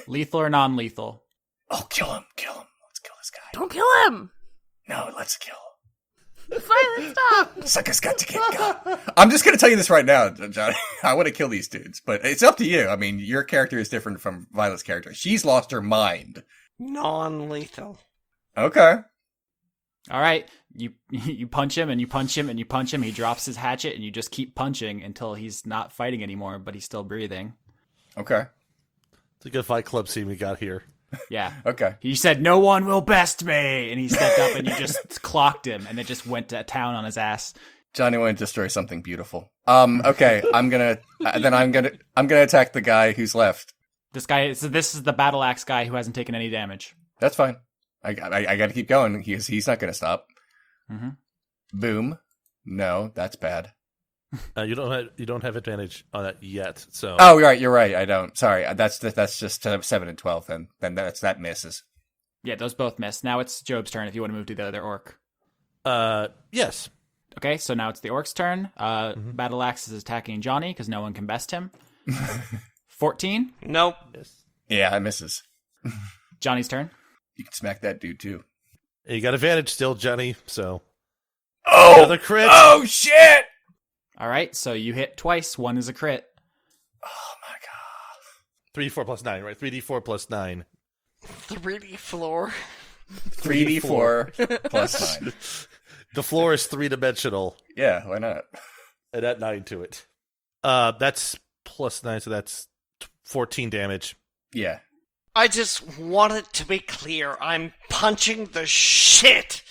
Speaker 2: Lethal or non-lethal?
Speaker 3: Oh, kill him! Kill him! Let's kill this guy.
Speaker 7: Don't kill him.
Speaker 3: No, let's kill him.
Speaker 7: Violet, stop.
Speaker 3: Suckers got to get God. I'm just gonna tell you this right now, Johnny. I want to kill these dudes, but it's up to you. I mean, your character is different from Violet's character. She's lost her mind.
Speaker 5: Non-lethal.
Speaker 3: Okay.
Speaker 2: All right, you you punch him and you punch him and you punch him. He drops his hatchet and you just keep punching until he's not fighting anymore, but he's still breathing.
Speaker 3: Okay.
Speaker 6: It's a good fight club scene we got here.
Speaker 2: Yeah.
Speaker 3: Okay.
Speaker 2: He said, "No one will best me," and he stepped up and you just clocked him, and it just went to town on his ass.
Speaker 3: Johnny want to destroy something beautiful. Um. Okay. I'm gonna. Uh, then I'm gonna. I'm gonna attack the guy who's left.
Speaker 2: This guy, so this is the battle axe guy who hasn't taken any damage.
Speaker 3: That's fine. I I, I got to keep going. He's he's not gonna stop.
Speaker 2: Mhm.
Speaker 3: Boom. No, that's bad.
Speaker 6: Uh, you don't have, you don't have advantage on that yet. So
Speaker 3: Oh, you're right. You're right. I don't. Sorry. uh, That's that's just uh, seven and twelve. Then then that's that misses.
Speaker 2: Yeah, those both miss. Now it's Job's turn. If you want to move to the other orc,
Speaker 6: uh yes.
Speaker 2: okay. So now it's the orc's turn. Uh,
Speaker 6: Mhm.
Speaker 2: Battle axe is attacking Johnny because no one can best him. Fourteen.
Speaker 5: Nope.
Speaker 3: Yeah, it misses.
Speaker 2: Johnny's turn.
Speaker 3: You can smack that dude too.
Speaker 6: You got advantage still, Johnny. So
Speaker 3: Oh,
Speaker 6: another crit.
Speaker 3: oh shit!
Speaker 2: All right, so you hit twice. One is a crit.
Speaker 3: Oh my god!
Speaker 6: Three D four plus nine, right? Three D four plus nine.
Speaker 5: 3D floor.
Speaker 3: Three D four plus nine.
Speaker 6: The floor is three dimensional,
Speaker 3: Yeah, why not?
Speaker 6: and add nine to it. Uh, that's plus nine, so that's t- fourteen damage.
Speaker 3: Yeah.
Speaker 5: I just want it to be clear. I'm punching the shit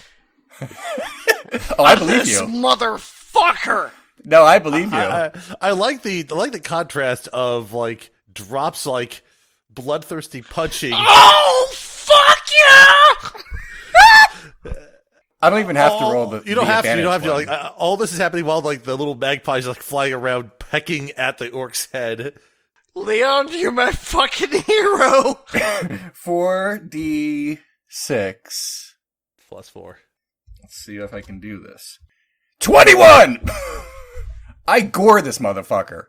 Speaker 3: Oh, I believe
Speaker 5: this
Speaker 3: you.
Speaker 5: motherfucker.
Speaker 3: No, I believe you.
Speaker 6: I, I, I like the I like the contrast of like drops like bloodthirsty punching.
Speaker 5: Oh fuck
Speaker 3: I don't even have to roll the.
Speaker 6: Oh, you don't
Speaker 3: the
Speaker 6: have to. You don't have
Speaker 3: advantage
Speaker 6: to.
Speaker 3: one.
Speaker 6: Like uh, all this is happening while like the little magpies like flying around pecking at the orc's head.
Speaker 5: Leon, you're my fucking hero.
Speaker 3: 4d6. Let's
Speaker 6: Plus four.
Speaker 3: see if I can do this. 21! I gore this motherfucker.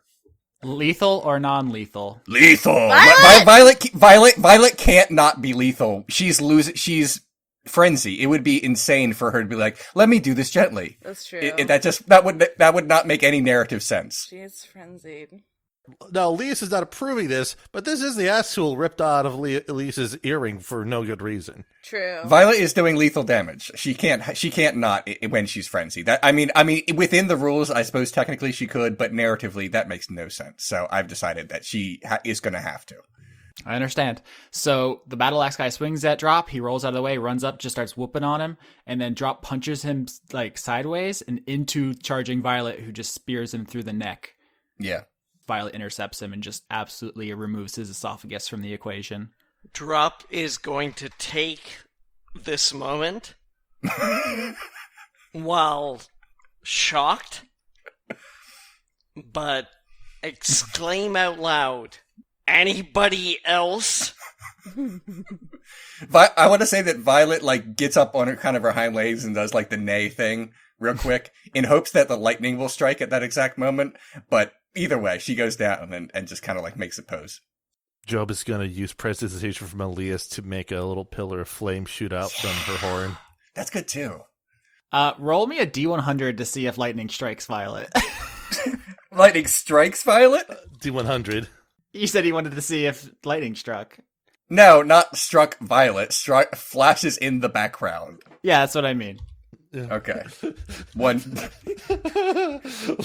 Speaker 2: Lethal or non-lethal?
Speaker 3: Lethal.
Speaker 4: Violet!
Speaker 3: Vi- Violet, Violet, Violet can't not be lethal. She's losing. She's frenzy. It would be insane for her to be like, "Let me do this gently."
Speaker 7: That's true.
Speaker 3: It, it- that just that would that would not make any narrative sense.
Speaker 7: she is frenzied.
Speaker 6: Now, Elise is not approving this, but this is the asshole ripped out of Le- Elise's earring for no good reason.
Speaker 7: True.
Speaker 3: Violet is doing lethal damage. She can't. She can't not i- when she's frenzied. That I mean, I mean, within the rules, I suppose technically she could, but narratively that makes no sense. So I've decided that she ha- is going to have to.
Speaker 2: I understand. So the battle axe guy swings at drop. He rolls out of the way, runs up, just starts whooping on him, and then drop punches him like sideways and into charging Violet, who just spears him through the neck.
Speaker 3: Yeah.
Speaker 2: Violet intercepts him and just absolutely removes his esophagus from the equation.
Speaker 5: Drop is going to take this moment while shocked, but exclaim out loud, anybody else?
Speaker 3: Vi- I want to say that Violet like gets up on her kind of her hind legs and does like the neigh thing real quick in hopes that the lightning will strike at that exact moment. But either way, she goes down and, and just kind of like makes a pose.
Speaker 6: Job is going to use prestidigitation from Elias to make a little pillar of flame shoot out from her horn.
Speaker 3: That's good too.
Speaker 2: Uh, roll me a d100 to see if lightning strikes Violet.
Speaker 3: Lightning strikes Violet?
Speaker 6: D100.
Speaker 2: you said you wanted to see if lightning struck.
Speaker 3: No, not struck Violet. Struck flashes in the background.
Speaker 2: Yeah, that's what I mean.
Speaker 3: Okay. One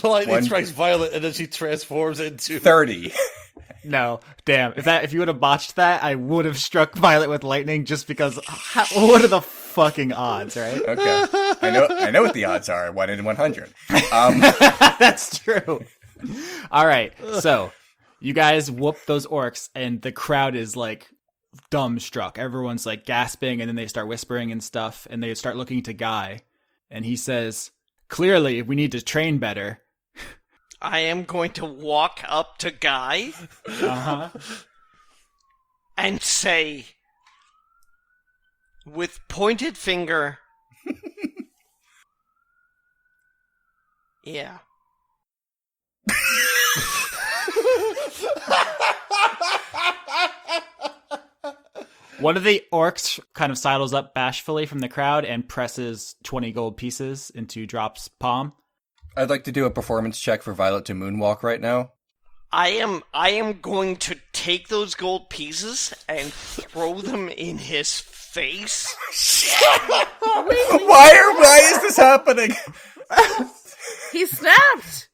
Speaker 6: Lightning
Speaker 3: One.
Speaker 6: strikes Violet, and then she transforms into.
Speaker 3: 30.
Speaker 2: No, damn. If that if you would have botched that, I would have struck Violet with lightning just because. How, what are the fucking odds, right?
Speaker 3: Okay. I know I know what the odds are. 1 in 100. Um
Speaker 2: That's true. All right. So you guys whoop those orcs, and the crowd is like dumbstruck. Everyone's like gasping, and then they start whispering and stuff, and they start looking to Guy. And he says, Clearly, we need to train better.
Speaker 5: I am going to walk up to Guy
Speaker 2: Uh huh.
Speaker 5: and say, with pointed finger, yeah.
Speaker 2: One of the orcs kind of sidles up bashfully from the crowd and presses 20 gold pieces into Drop's palm.
Speaker 3: I'd like to do a performance check for Violet to moonwalk right now.
Speaker 5: I am I am going to take those gold pieces and throw them in his face.
Speaker 3: why are why is this happening?
Speaker 7: He snapped.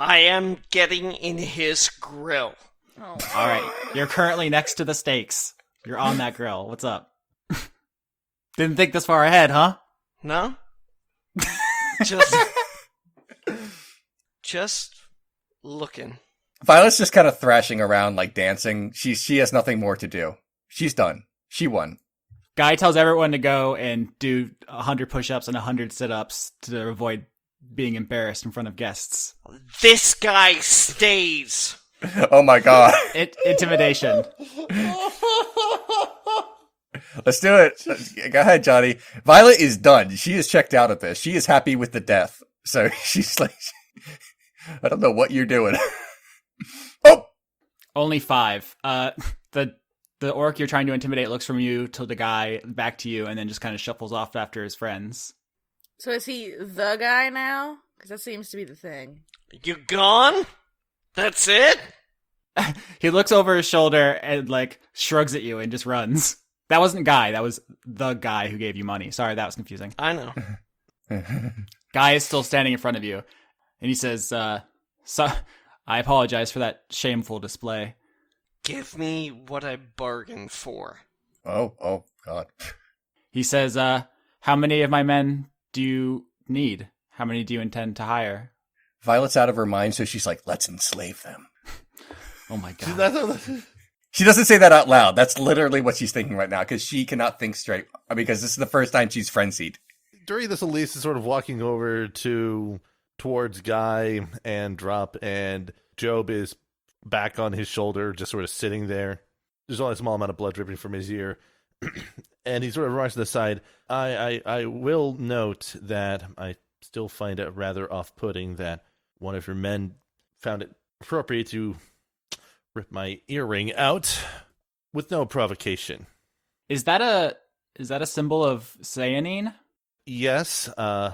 Speaker 5: I am getting in his grill.
Speaker 7: Oh,
Speaker 2: All right. You're currently next to the stakes. You're on that grill. What's up? Didn't think this far ahead, huh?
Speaker 5: No? just just looking.
Speaker 3: Violet's just kind of thrashing around like dancing. She she has nothing more to do. She's done. She won.
Speaker 2: Guy tells everyone to go and do 100 push ups and 100 sit ups to avoid being embarrassed in front of guests.
Speaker 5: This guy stays.
Speaker 3: Oh my god.
Speaker 2: It, intimidation.
Speaker 3: Let's do it. Go ahead, Johnny. Violet is done. She is checked out at this. She is happy with the death. So she's like I don't know what you're doing. oh,
Speaker 2: Only five. Uh, the the orc you're trying to intimidate looks from you to the guy, back to you, and then just kind of shuffles off after his friends.
Speaker 7: So is he the guy now? Because that seems to be the thing.
Speaker 5: You gone? That's it?
Speaker 2: He looks over his shoulder and like shrugs at you and just runs. That wasn't Guy. That was the guy who gave you money. Sorry, that was confusing.
Speaker 5: I know.
Speaker 2: Guy is still standing in front of you, and he says, uh, so- "I apologize for that shameful display."
Speaker 5: Give me what I bargained for.
Speaker 3: oh, oh god.
Speaker 2: He says, uh, "How many of my men do you need? How many do you intend to hire?"
Speaker 3: Violet's out of her mind, so she's like, "Let's enslave them."
Speaker 2: Oh my god!
Speaker 3: She doesn't say that out loud. That's literally what she's thinking right now because she cannot think straight because this is the first time she's frenzied.
Speaker 6: During this, Elise is sort of walking over to towards Guy and Drop, and Job is back on his shoulder, just sort of sitting there. There's only a small amount of blood dripping from his ear. and he sort of runs to the side. I, I, I will note that I still find it rather off putting that one of your men found it appropriate to rip my earring out with no provocation.
Speaker 2: Is that a is that a symbol of cyanine?
Speaker 6: Yes, uh,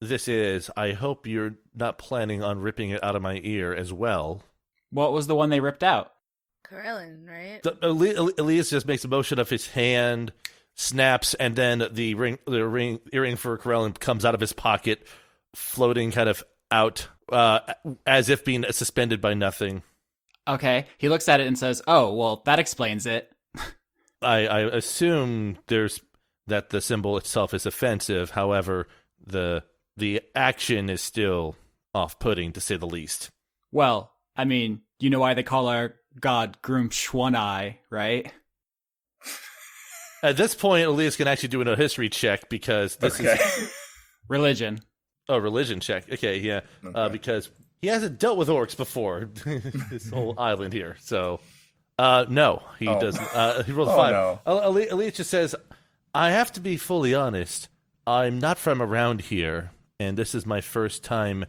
Speaker 6: this is. I hope you're not planning on ripping it out of my ear as well.
Speaker 2: What was the one they ripped out?
Speaker 8: Corellin, right?
Speaker 6: The, Eli- Eli- Elias just makes a motion of his hand, snaps, and then the ring, the ring earring for Corellin comes out of his pocket, floating kind of out uh, as if being suspended by nothing.
Speaker 2: Okay. He looks at it and says, "Oh, well, that explains it."
Speaker 6: I, I assume there's that the symbol itself is offensive. However, the the action is still off-putting to say the least.
Speaker 2: Well, I mean, you know why they call our god Groom Schwanai, right?
Speaker 6: At this point, Elias can actually do a history check because this
Speaker 3: okay.
Speaker 6: is
Speaker 2: Religion.
Speaker 6: a religion check. Okay, yeah, uh,
Speaker 3: Okay.
Speaker 6: because he hasn't dealt with orcs before this whole island here. So, uh, no, he
Speaker 3: Oh.
Speaker 6: doesn't. Uh, he rolled a
Speaker 3: Oh,
Speaker 6: five.
Speaker 3: no.
Speaker 6: El- Eli- Elias just says, "I have to be fully honest. I'm not from around here, and this is my first time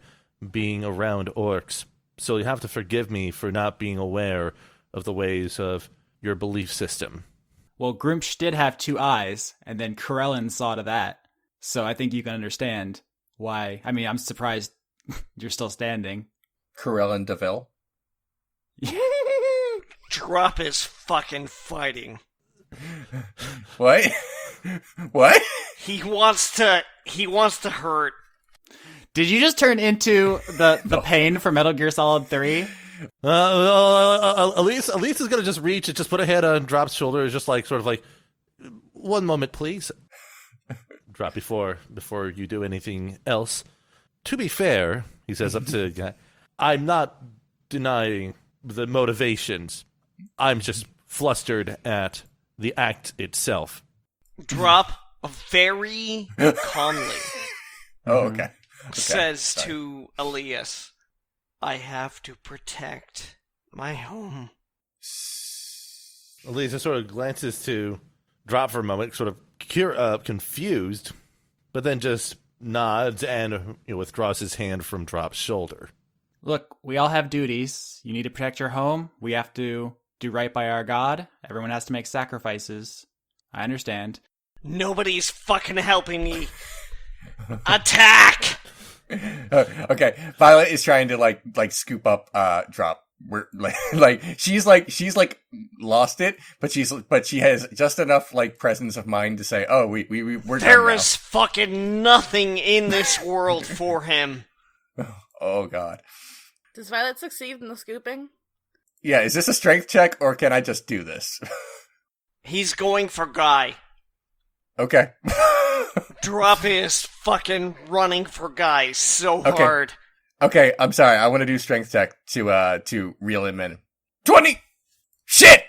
Speaker 6: being around orcs. So you have to forgive me for not being aware of the ways of your belief system."
Speaker 2: Well, Groomch did have two eyes, and then Corellin saw to that. So I think you can understand why. I mean, I'm surprised you're still standing.
Speaker 3: Corellin Deville.
Speaker 5: Drop his fucking fighting.
Speaker 3: What? what?
Speaker 5: He wants to. He wants to hurt.
Speaker 2: Did you just turn into the, the
Speaker 3: No.
Speaker 2: pain for Metal Gear Solid 3?
Speaker 6: Uh, uh, uh, Elise, Elise is gonna just reach and just put a hand on Drop's shoulder. Is just like sort of like, one moment, please. Drop before before you do anything else. To be fair, he says up to guy, I'm not denying the motivations. I'm just flustered at the act itself.
Speaker 5: Drop very calmly.
Speaker 3: Oh,
Speaker 6: Mm-hmm.
Speaker 3: okay.
Speaker 5: says to Elias, I have to protect my home.
Speaker 6: Elise just sort of glances to Drop for a moment, sort of cur- uh, confused, but then just nods and you know, withdraws his hand from Drop's shoulder.
Speaker 2: Look, we all have duties. You need to protect your home. We have to do right by our God. Everyone has to make sacrifices. I understand.
Speaker 5: Nobody's fucking helping me. Attack!
Speaker 3: Oh, okay. Violet is trying to like like scoop up uh drop. We're like like she's like she's like lost it, but she's but she has just enough like presence of mind to say, "Oh, we we, we we're done
Speaker 5: There
Speaker 3: now."
Speaker 5: is fucking nothing in this world for him.
Speaker 3: Oh god.
Speaker 7: Does Violet succeed in the scooping?
Speaker 3: Yeah, is this a strength check or can I just do this?
Speaker 5: He's going for Guy.
Speaker 3: okay.
Speaker 5: Drop is fucking running for Guy so
Speaker 3: Okay.
Speaker 5: hard.
Speaker 3: okay, I'm sorry. I want to do strength check to uh to reel him in. 20. Shit.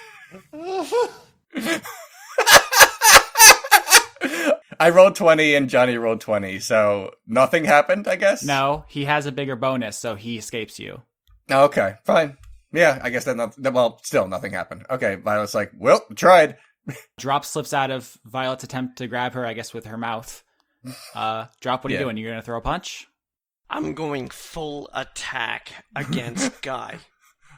Speaker 3: I rolled 20 and Johnny rolled 20, so nothing happened, I guess.
Speaker 2: No, he has a bigger bonus, so he escapes you.
Speaker 3: Okay, fine. Yeah, I guess that, not, that well, still nothing happened. Okay, Violet's like, "Well, tried."
Speaker 2: Drop slips out of Violet's attempt to grab her, I guess, with her mouth. Uh, Drop, what are
Speaker 3: Yeah.
Speaker 2: you doing? You're going to throw a punch?
Speaker 5: I'm going full attack against Guy.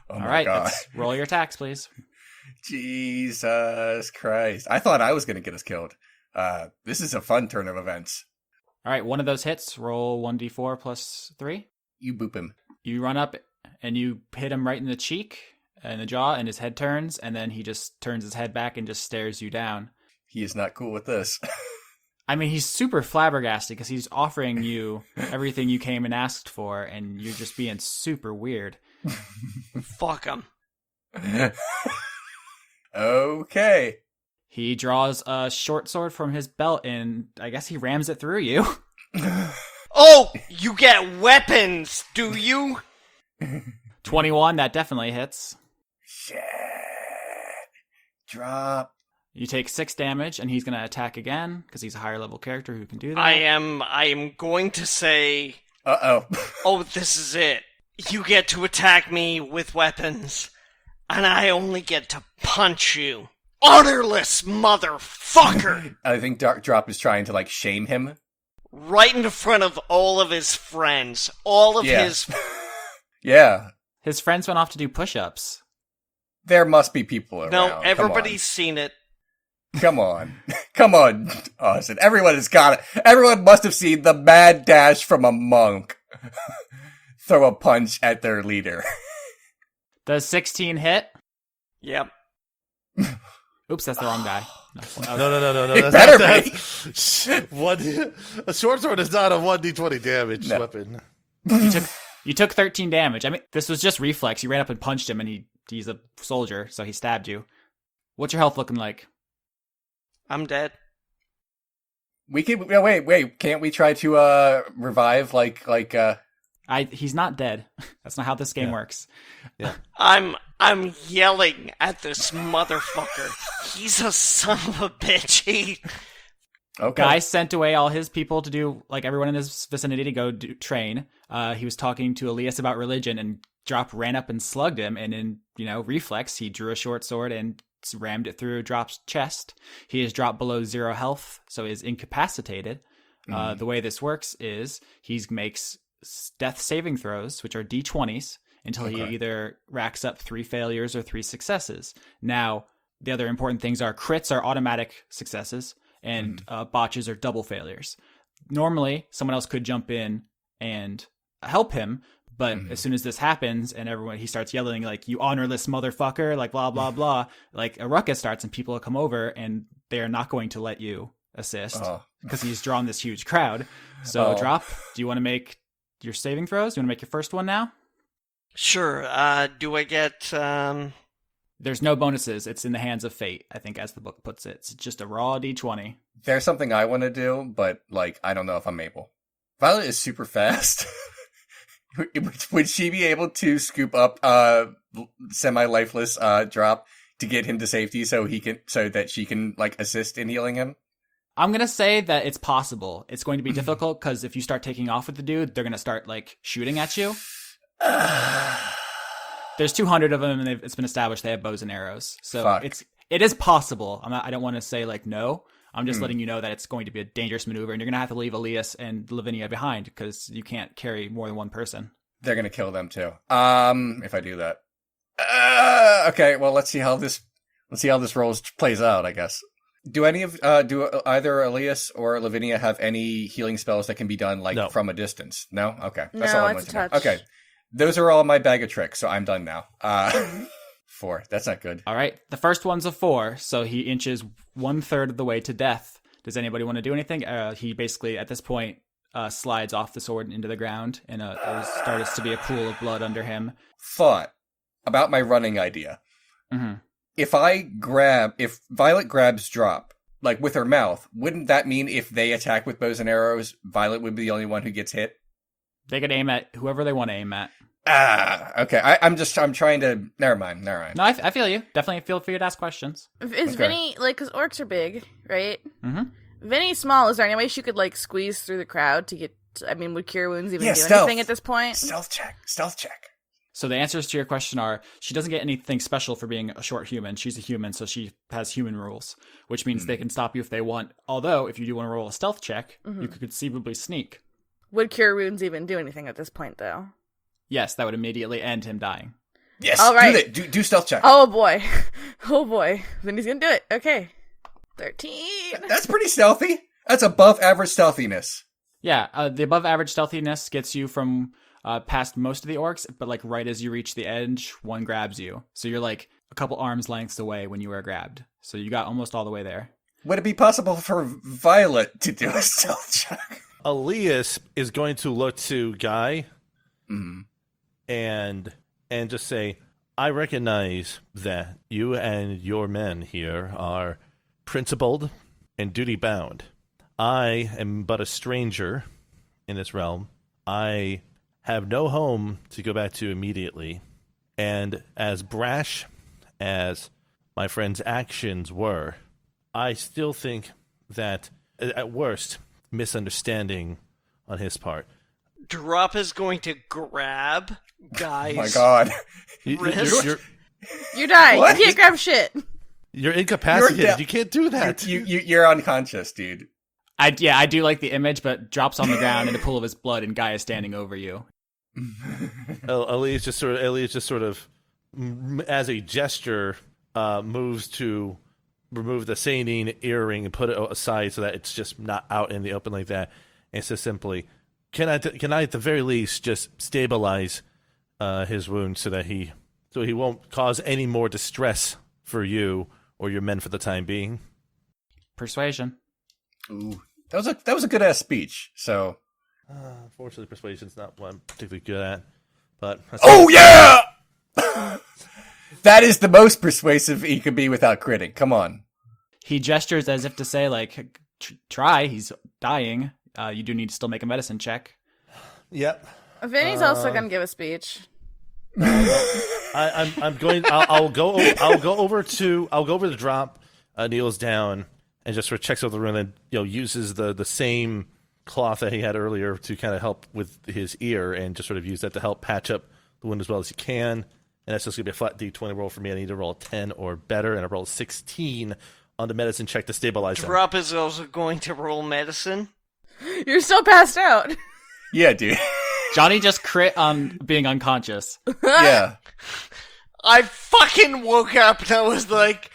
Speaker 3: Oh
Speaker 2: All
Speaker 3: my
Speaker 2: right,
Speaker 3: god.
Speaker 2: let's roll your attacks, please.
Speaker 3: Jesus Christ. I thought I was going to get us killed. Uh, this is a fun turn of events.
Speaker 2: All right, one of those hits. Roll 1d4 plus 3.
Speaker 3: You boop him.
Speaker 2: You run up and you hit him right in the cheek and the jaw, and his head turns, and then he just turns his head back and just stares you down.
Speaker 3: He is not cool with this.
Speaker 2: I mean, he's super flabbergasted because he's offering you everything you came and asked for, and you're just being super weird.
Speaker 5: Fuck him.
Speaker 3: okay.
Speaker 2: He draws a short sword from his belt, and I guess he rams it through you.
Speaker 5: Oh, you get weapons, do you?
Speaker 2: 21, that definitely hits.
Speaker 3: Shit. Drop.
Speaker 2: You take six damage, and he's going to attack again because he's a higher level character who can do that.
Speaker 5: I am I am going to say,
Speaker 3: Uh oh.
Speaker 5: oh, this is it. You get to attack me with weapons, and I only get to punch you. Honorless motherfucker!
Speaker 3: I think Dark Drop is trying to like shame him.
Speaker 5: right in front of all of his friends, all of
Speaker 3: Yeah.
Speaker 5: his.
Speaker 3: Yeah,
Speaker 2: His friends went off to do push ups.
Speaker 3: there must be people around.
Speaker 5: No,
Speaker 3: Come on.
Speaker 5: everybody's seen it.
Speaker 3: Come on. Come on, Austin. Everyone has got it. Everyone must have seen the mad dash from a monk throw a punch at their leader.
Speaker 2: Does 16 hit?
Speaker 5: Yep.
Speaker 2: Oops, that's the wrong guy. No,
Speaker 6: No,
Speaker 2: okay.
Speaker 6: no, no, no, no.
Speaker 3: It
Speaker 6: That's,
Speaker 3: better
Speaker 6: that's, One, a short sword is not a 1d20 damage
Speaker 3: No.
Speaker 6: weapon.
Speaker 2: You took you took 13 damage. I mean, this was just reflex. You ran up and punched him, and he he's a soldier, so he stabbed you. What's your health looking like?
Speaker 5: I'm dead.
Speaker 3: We can no, wait, wait, can't we try to uh revive like like uh
Speaker 2: I he's not dead. That's not how this game
Speaker 6: Yeah.
Speaker 2: works.
Speaker 5: I'm I'm yelling at this motherfucker. He's a son of a bitch. He
Speaker 3: okay.
Speaker 2: Guy sent away all his people to do like everyone in his vicinity to go do, train. Uh, he was talking to Elias about religion, and Drop ran up and slugged him, and in you know reflex, he drew a short sword and s- rammed it through Drop's chest. He is dropped below zero health, so is incapacitated. Uh,
Speaker 3: Mm-hmm.
Speaker 2: the way this works is he makes s- death saving throws, which are d20s, until
Speaker 3: Okay.
Speaker 2: he either racks up three failures or three successes. Now, the other important things are crits are automatic successes,
Speaker 3: Mm.
Speaker 2: and uh, botches are double failures. Normally, someone else could jump in and help him, but
Speaker 3: Mhm.
Speaker 2: as soon as this happens and everyone he starts yelling like "you honorless motherfucker," like blah blah blah, like a ruckus starts and people come over and they are not going to let you assist
Speaker 3: Oh.
Speaker 2: because he's drawn this huge crowd. So,
Speaker 3: Oh.
Speaker 2: Drop, do you want to make your saving throws? You want to make your first one now?
Speaker 5: sure. Uh, do I get um?
Speaker 2: There's no bonuses. It's in the hands of fate, I think, as the book puts it. It's just a raw d20.
Speaker 3: There's something I want to do, but like I don't know if I'm able. Violet is super fast. would, would she be able to scoop up uh semi lifeless uh drop to get him to safety so he can so that she can like assist in healing him?
Speaker 2: I'm going to say that it's possible. It's going to be difficult because if you start taking off with the dude, they're going to start like shooting at you. There's 200 of them, and they've, it's been established they have bows and arrows. So
Speaker 3: Fuck.
Speaker 2: it's it is possible. I'm not, I don't want to say like no. I'm just
Speaker 3: Hmm.
Speaker 2: letting you know that it's going to be a dangerous maneuver, and you're going to have to leave Elias and Lavinia behind because you can't carry more than one person.
Speaker 3: They're gonna kill them too. Um, if I do that. Uh, okay, well let's see how this let's see how this rolls plays out. I guess. Do any of uh do either Elias or Lavinia have any healing spells that can be done like
Speaker 6: No.
Speaker 3: from a distance? No. Okay,
Speaker 7: No,
Speaker 3: I
Speaker 7: it's
Speaker 3: wanted to know.
Speaker 7: touch.
Speaker 3: Okay, those are all my bag of tricks. So I'm done now.
Speaker 7: Mm-hmm.
Speaker 3: Uh, four. That's not good.
Speaker 2: All right. The first one's a four, so he inches one third of the way to death. Does anybody want to do anything? Uh, he basically, at this point, uh, slides off the sword into the ground, and uh, there starts to be a pool of blood under him.
Speaker 3: Thought about my running idea.
Speaker 2: hmm
Speaker 3: if I grab, if Violet grabs drop, like with her mouth, wouldn't that mean if they attack with bows and arrows, Violet would be the only one who gets hit?
Speaker 2: They could aim at whoever they want to aim at.
Speaker 3: Ah, okay. I, I'm just, I'm trying to. Never mind. Never mind.
Speaker 2: No, I, f- I feel you. Definitely feel free to ask questions.
Speaker 7: Is
Speaker 3: Okay.
Speaker 7: Vinny like? Cause orcs are big, right?
Speaker 2: Mhm.
Speaker 7: Vinny's small. Is there any way she could like squeeze through the crowd to get? I mean, would cure wounds even
Speaker 3: Yeah,
Speaker 7: do
Speaker 3: stealth.
Speaker 7: anything at this point?
Speaker 3: Stealth check. Stealth check.
Speaker 2: So the answers to your question are: she doesn't get anything special for being a short human. She's a human, so she has human rules, which means they can stop you if they want. Although, if you do want to roll a stealth check, you could conceivably sneak.
Speaker 7: Would cure wounds even do anything at this point, though?
Speaker 2: Yes, that would immediately end him dying.
Speaker 3: Yes.
Speaker 7: All right.
Speaker 3: Do that. Do, do stealth check.
Speaker 7: Oh boy, oh boy. Vinny's gonna do it. Okay, thirteen.
Speaker 3: That's pretty stealthy. That's above average stealthiness.
Speaker 2: Yeah, uh, the above average stealthiness gets you from uh, past most of the orcs, but like right as you reach the edge, one grabs you. So you're like a couple arms lengths away when you are grabbed. So you got almost all the way there.
Speaker 3: Would it be possible for Violet to do a stealth check?
Speaker 6: Elias is going to look to Guy
Speaker 3: Mm.
Speaker 6: and and just say, I recognize that you and your men here are principled and duty bound. I am but a stranger in this realm. I have no home to go back to immediately. And as brash as my friend's actions were, I still think that, at worst, misunderstanding on his part.
Speaker 5: Drop is going to grab
Speaker 3: Oh
Speaker 5: guys.
Speaker 3: my god.
Speaker 6: You, you-
Speaker 5: Risk.
Speaker 6: you're, you're,
Speaker 7: You're dying.
Speaker 3: What?
Speaker 7: You can't grab shit.
Speaker 6: you're incapacitated.
Speaker 3: You're de-
Speaker 6: you can't do that.
Speaker 3: you, you, you're unconscious, dude.
Speaker 2: I yeah, I do like the image, but drops on the ground in a pool of his blood, and guy is standing over you.
Speaker 6: El- Elise just sort of Elise just sort of m- as a gesture uh, moves to remove the saline earring and put it aside so that it's just not out in the open like that. And so simply, can I can I at the very least just stabilize uh, his wound so that he so he won't cause any more distress for you or your men for the time being?
Speaker 2: Persuasion.
Speaker 3: Ooh. That was a that was a good ass speech. So
Speaker 6: Uh, unfortunately, persuasion's not what I'm particularly good at. But
Speaker 3: Oh yeah! that is the most persuasive he could be without critting. Come on.
Speaker 2: He gestures as if to say, like, "Tr- try. He's dying. Uh, you do need to still make a medicine check.
Speaker 6: yep.
Speaker 7: Vinny's also gonna give a speech.
Speaker 6: I, I'm I'm going. I'll, I'll go. o- I'll go over to. I'll go over to the drop. Uh, kneels down and just sort of checks out the room and you know uses the the same cloth that he had earlier to kind of help with his ear and just sort of use that to help patch up the wound as well as he can. And that's just gonna be a flat D20 roll for me. I need to roll a 10 or better, and I rolled 16 on the medicine check to stabilize him.
Speaker 5: Drop is also going to roll medicine.
Speaker 7: You're still passed out.
Speaker 3: Yeah, dude.
Speaker 2: Johnny just crit on being unconscious.
Speaker 3: yeah.
Speaker 5: I fucking woke up and I was like,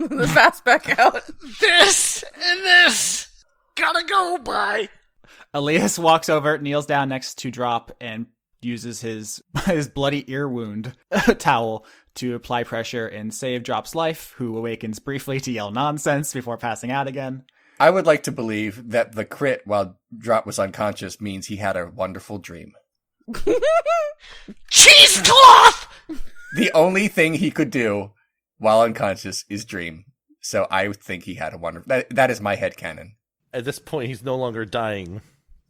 Speaker 7: the fast back out.
Speaker 5: this and this gotta go by.
Speaker 2: Elias walks over, kneels down next to Drop, and uses his his bloody ear wound towel to apply pressure and save Drop's life, who awakens briefly to yell nonsense before passing out again.
Speaker 3: I would like to believe that the crit while Drop was unconscious means he had a wonderful dream.
Speaker 5: Cheesecloth!
Speaker 3: The only thing he could do while unconscious is dream. So I would think he had a wonderful that that is my headcanon.
Speaker 6: At this point, he's no longer dying.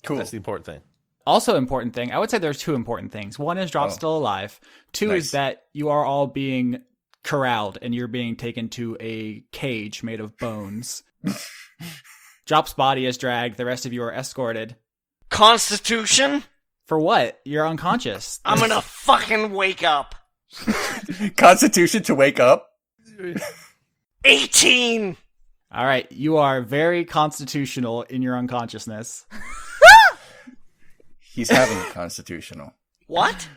Speaker 3: Cool.
Speaker 6: That's the important thing.
Speaker 2: Also important thing, I would say there's two important things. One is Drop's
Speaker 3: Oh.
Speaker 2: still alive. Two
Speaker 3: Nice.
Speaker 2: is that you are all being corralled and you're being taken to a cage made of bones. Drop's body is dragged, the rest of you are escorted.
Speaker 5: Constitution?
Speaker 2: For what? You're unconscious.
Speaker 5: I'm gonna fucking wake up.
Speaker 3: Constitution to wake up.
Speaker 5: 18!
Speaker 2: All right, you are very constitutional in your unconsciousness.
Speaker 3: He's having a constitutional.
Speaker 5: What?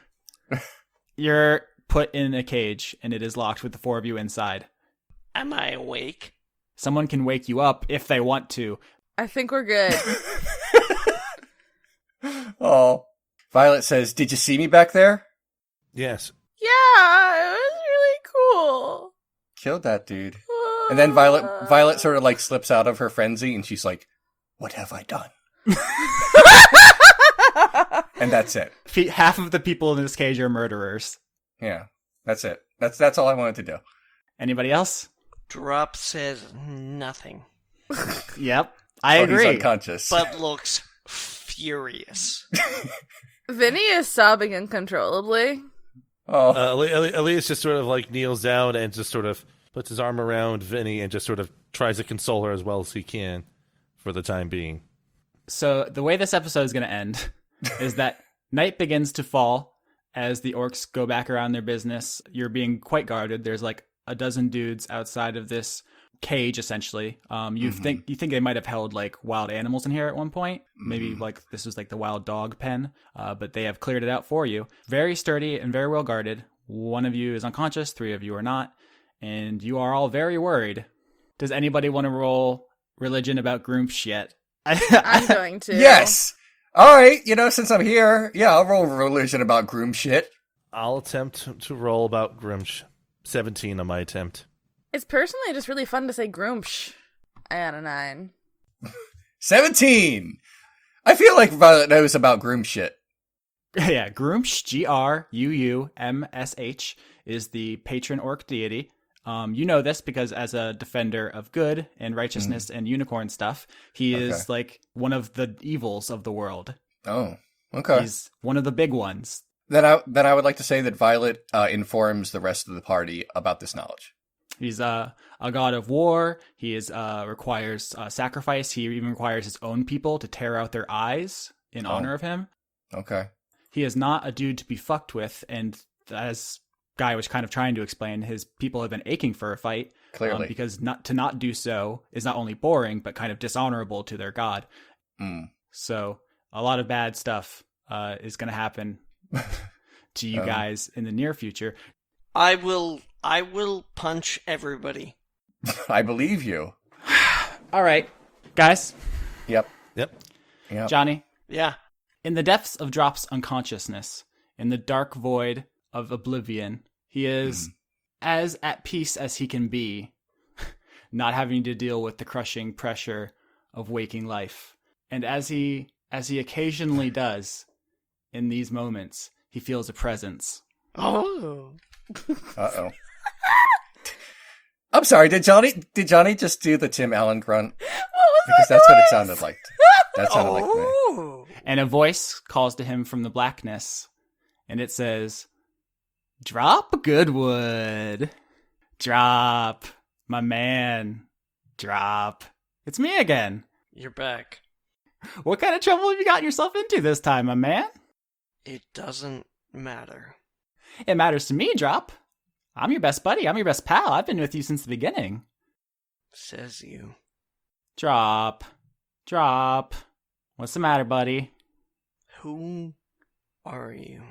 Speaker 2: You're put in a cage and it is locked with the four of you inside.
Speaker 5: Am I awake?
Speaker 2: Someone can wake you up if they want to.
Speaker 7: I think we're good.
Speaker 3: Oh. Violet says, "Did you see me back there?
Speaker 6: Yes.
Speaker 7: yeah, it was really cool.
Speaker 3: Killed that dude." And then Violet
Speaker 7: Uh,
Speaker 3: Violet sort of like slips out of her frenzy and she's like, "What have I done?" And that's it.
Speaker 2: Fe- Half of the people in this cage are murderers.
Speaker 3: Yeah. That's it. That's that's all I wanted to do.
Speaker 2: Anybody else?
Speaker 5: Drop says nothing,
Speaker 2: Yep. I
Speaker 3: Oh, He's
Speaker 2: agree.
Speaker 3: unconscious.
Speaker 5: but looks furious.
Speaker 7: Vinny is sobbing uncontrollably.
Speaker 3: oh.
Speaker 6: Uh, Eli- Eli- Elias just sort of like kneels down and just sort of puts his arm around Vinny and just sort of tries to console her as well as he can for the time being.
Speaker 2: So the way this episode is going to end is that night begins to fall as the orcs go back around their business. You're being quite guarded. There's like a dozen dudes outside of this cage essentially. Um you
Speaker 3: Mhm.
Speaker 2: think you think they might have held like wild animals in here at one point. Maybe
Speaker 3: Mhm.
Speaker 2: like this was like the wild dog pen, uh but they have cleared it out for you. Very sturdy and very well guarded. One of you is unconscious, three of you are not, and you are all very worried. Does anybody want to roll religion about Groomsh yet?
Speaker 7: I'm going to.
Speaker 3: Yes. All right. You know, since I'm here, yeah, I'll roll religion about groom shit.
Speaker 6: I'll attempt to roll about Grimsh. 17 on my attempt.
Speaker 7: It's personally just really fun to say groomsh. I got a nine.
Speaker 3: Seventeen. I feel like Violet knows about groom shit.
Speaker 2: yeah, Groomsh, G R U U M S H, is the patron orc deity. Um, you know this because as a defender of good and righteousness and unicorn stuff, he is
Speaker 3: Mm. Okay.
Speaker 2: like one of the evils of the world.
Speaker 3: Oh, okay.
Speaker 2: He's one of the big ones.
Speaker 3: Then I then I would like to say that Violet uh, informs the rest of the party about this knowledge.
Speaker 2: He's uh, a god of war. He is uh, requires uh, sacrifice. He even requires his own people to tear out their eyes in
Speaker 3: Oh.
Speaker 2: honor of him. Um,
Speaker 3: Okay.
Speaker 2: He is not a dude to be fucked with, and as Guy was kind of trying to explain, his people have been aching for a fight um,
Speaker 3: Clearly.
Speaker 2: because not to not do so is not only boring but kind of dishonorable to their god.
Speaker 3: Mm.
Speaker 2: So a lot of bad stuff uh, is going to happen to you
Speaker 3: Um.
Speaker 2: guys in the near future.
Speaker 5: I will. I will punch everybody.
Speaker 3: I believe you.
Speaker 2: All right, guys,
Speaker 3: Yep.
Speaker 6: Yep.
Speaker 3: Yep.
Speaker 2: Johnny,
Speaker 5: Yeah.
Speaker 2: In the depths of Drop's unconsciousness, in the dark void of oblivion, he is as at peace as he can be, not having to deal with the crushing pressure of waking life. And as he as he occasionally does in these moments, he feels a presence.
Speaker 5: Oh.
Speaker 3: Uh oh. I'm sorry. Did Johnny? Did Johnny just do the Tim Allen grunt?
Speaker 7: What was
Speaker 3: Because
Speaker 7: that
Speaker 3: that's what it
Speaker 7: noise?
Speaker 3: sounded like. That sounded like me.
Speaker 5: Oh.
Speaker 2: And a voice calls to him from the blackness, and it says, Drop Goodwood. Drop, my man. Drop. It's me again.
Speaker 5: You're back.
Speaker 2: What kind of trouble have you gotten yourself into this time, my man?
Speaker 5: It doesn't matter.
Speaker 2: It matters to me, Drop. I'm your best buddy. I'm your best pal. I've been with you since the beginning.
Speaker 5: Says you.
Speaker 2: Drop. Drop. What's the matter, buddy?
Speaker 5: Who are you?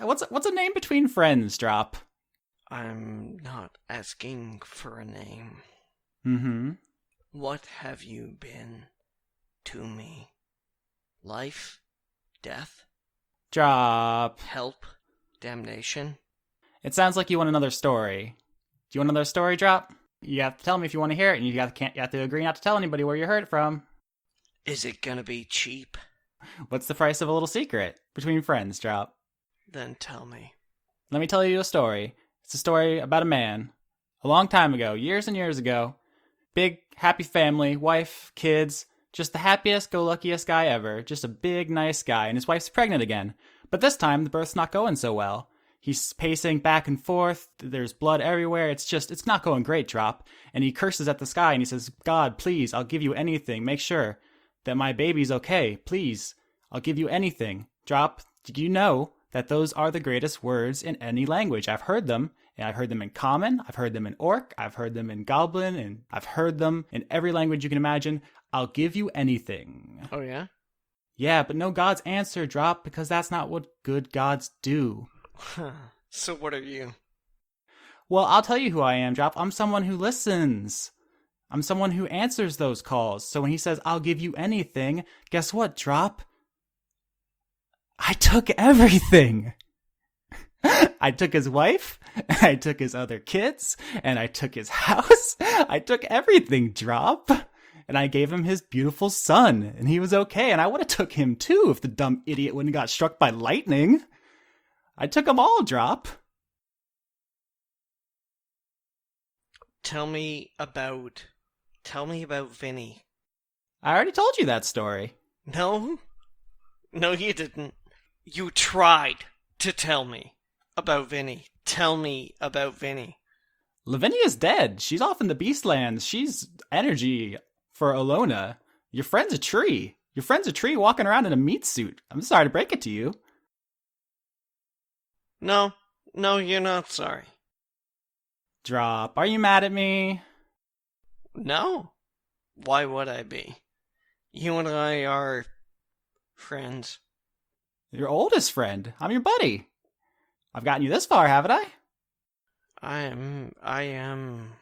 Speaker 2: What's what's a name between friends, Drop?
Speaker 5: I'm not asking for a name.
Speaker 2: Mm-hmm.
Speaker 5: What have you been to me? Life? Death?
Speaker 2: Drop.
Speaker 5: Help? Damnation?
Speaker 2: It sounds like you want another story. Do you want another story, Drop? You have to tell me if you want to hear it, and you got can't you have to agree not to tell anybody where you heard it from.
Speaker 5: Is it gonna be cheap?
Speaker 2: What's the price of a little secret between friends, Drop?
Speaker 5: Then tell me.
Speaker 2: Let me tell you a story. It's a story about a man. A long time ago, years and years ago, big, happy family, wife, kids, just the happiest, go luckiest guy ever. Just a big, nice guy, and his wife's pregnant again. But this time, the birth's not going so well. He's pacing back and forth. There's blood everywhere. It's just, it's not going great, Drop. And he curses at the sky and he says, God, please, I'll give you anything. Make sure that my baby's okay. Please, I'll give you anything. Drop, did you know that those are the greatest words in any language? I've heard them, and I've heard them in common, I've heard them in orc, I've heard them in goblin, and I've heard them in every language you can imagine. I'll give you anything.
Speaker 5: Oh yeah?
Speaker 2: Yeah, but no gods answer, Drop, because that's not what good gods do.
Speaker 5: so what are you?
Speaker 2: Well, I'll tell you who I am, Drop. I'm someone who listens. I'm someone who answers those calls. So when he says, I'll give you anything, guess what, Drop? I took everything. I took his wife, I took his other kids, and I took his house. I took everything, Drop. And I gave him his beautiful son, and he was okay. And I would have took him too if the dumb idiot wouldn't have got struck by lightning. I took 'em all, Drop.
Speaker 5: Tell me about tell me about Vinny.
Speaker 2: I already told you that story.
Speaker 5: No? No you didn't. You tried to tell me about Vinny. Tell me about Vinny.
Speaker 2: Lavinia's dead. She's off in the Beastlands. She's energy for Alona. Your friend's a tree. Your friend's a tree walking around in a meat suit. I'm sorry to break it to you.
Speaker 5: No, no, you're not sorry.
Speaker 2: Drop. Are you mad at me?
Speaker 5: No. Why would I be? You and I are friends.
Speaker 2: Your oldest friend. I'm your buddy. I've gotten you this far, haven't I?
Speaker 5: I am I am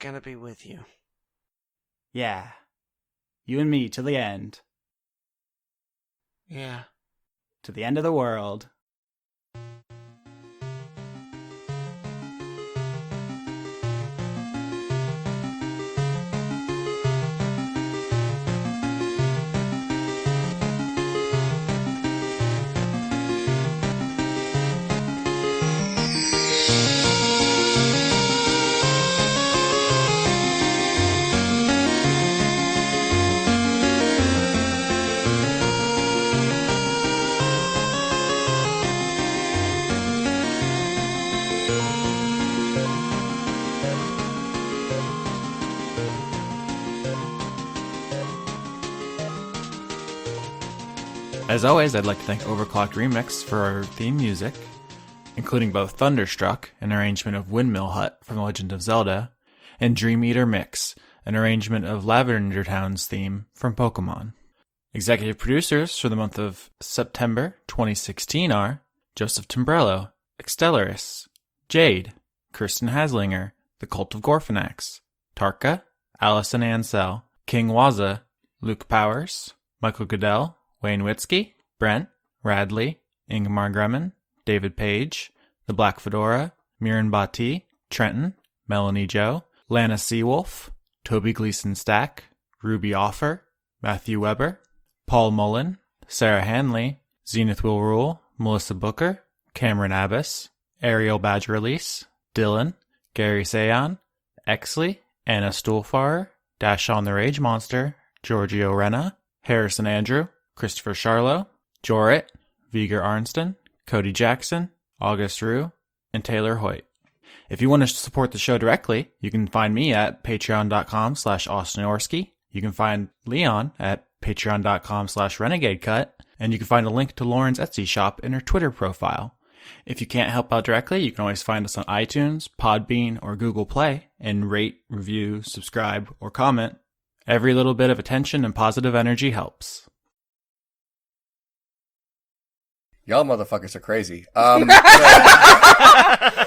Speaker 5: gonna be with you.
Speaker 2: Yeah. You and me to the end.
Speaker 5: Yeah.
Speaker 2: To the end of the world. As always, I'd like to thank Overclocked Remix for our theme music, including both Thunderstruck, an arrangement of Windmill Hut from The Legend of Zelda, and Dream Eater Mix, an arrangement of Lavender Town's theme from Pokemon. Executive producers for the month of September 2016 are Joseph Timbrello, Extellaris, Jade, Kirsten Haslinger, The Cult of Gorfanax, Tarka, Allison Ansell, King Waza, Luke Powers, Michael Goodell, Wayne Witzke, Brent, Radley, Ingmar Gremmen, David Page, The Black Fedora, Miran Bati, Trenton, Melanie Joe, Lana Seawolf, Toby Gleason Stack, Ruby Offer, Matthew Weber, Paul Mullen, Sarah Hanley, Zenith Will Rule, Melissa Booker, Cameron Abbas, Ariel Badge Release, Dylan, Gary Sayon, Exley, Anna Stuhlfarer, Dash on the Rage Monster, Giorgio Renna, Harrison Andrew, Christopher Charlow, Jorrit, Viger Arnston, Cody Jackson, August Rue, and Taylor Hoyt. If you want to support the show directly, you can find me at patreon.com slash austinorsky. You can find Leon at patreon.com slash renegadecut. And you can find a link to Lauren's Etsy shop in her Twitter profile. If you can't help out directly, you can always find us on iTunes, Podbean, or Google Play and rate, review, subscribe, or comment. Every little bit of attention and positive energy helps.
Speaker 3: Y'all motherfuckers are crazy. Um, yeah.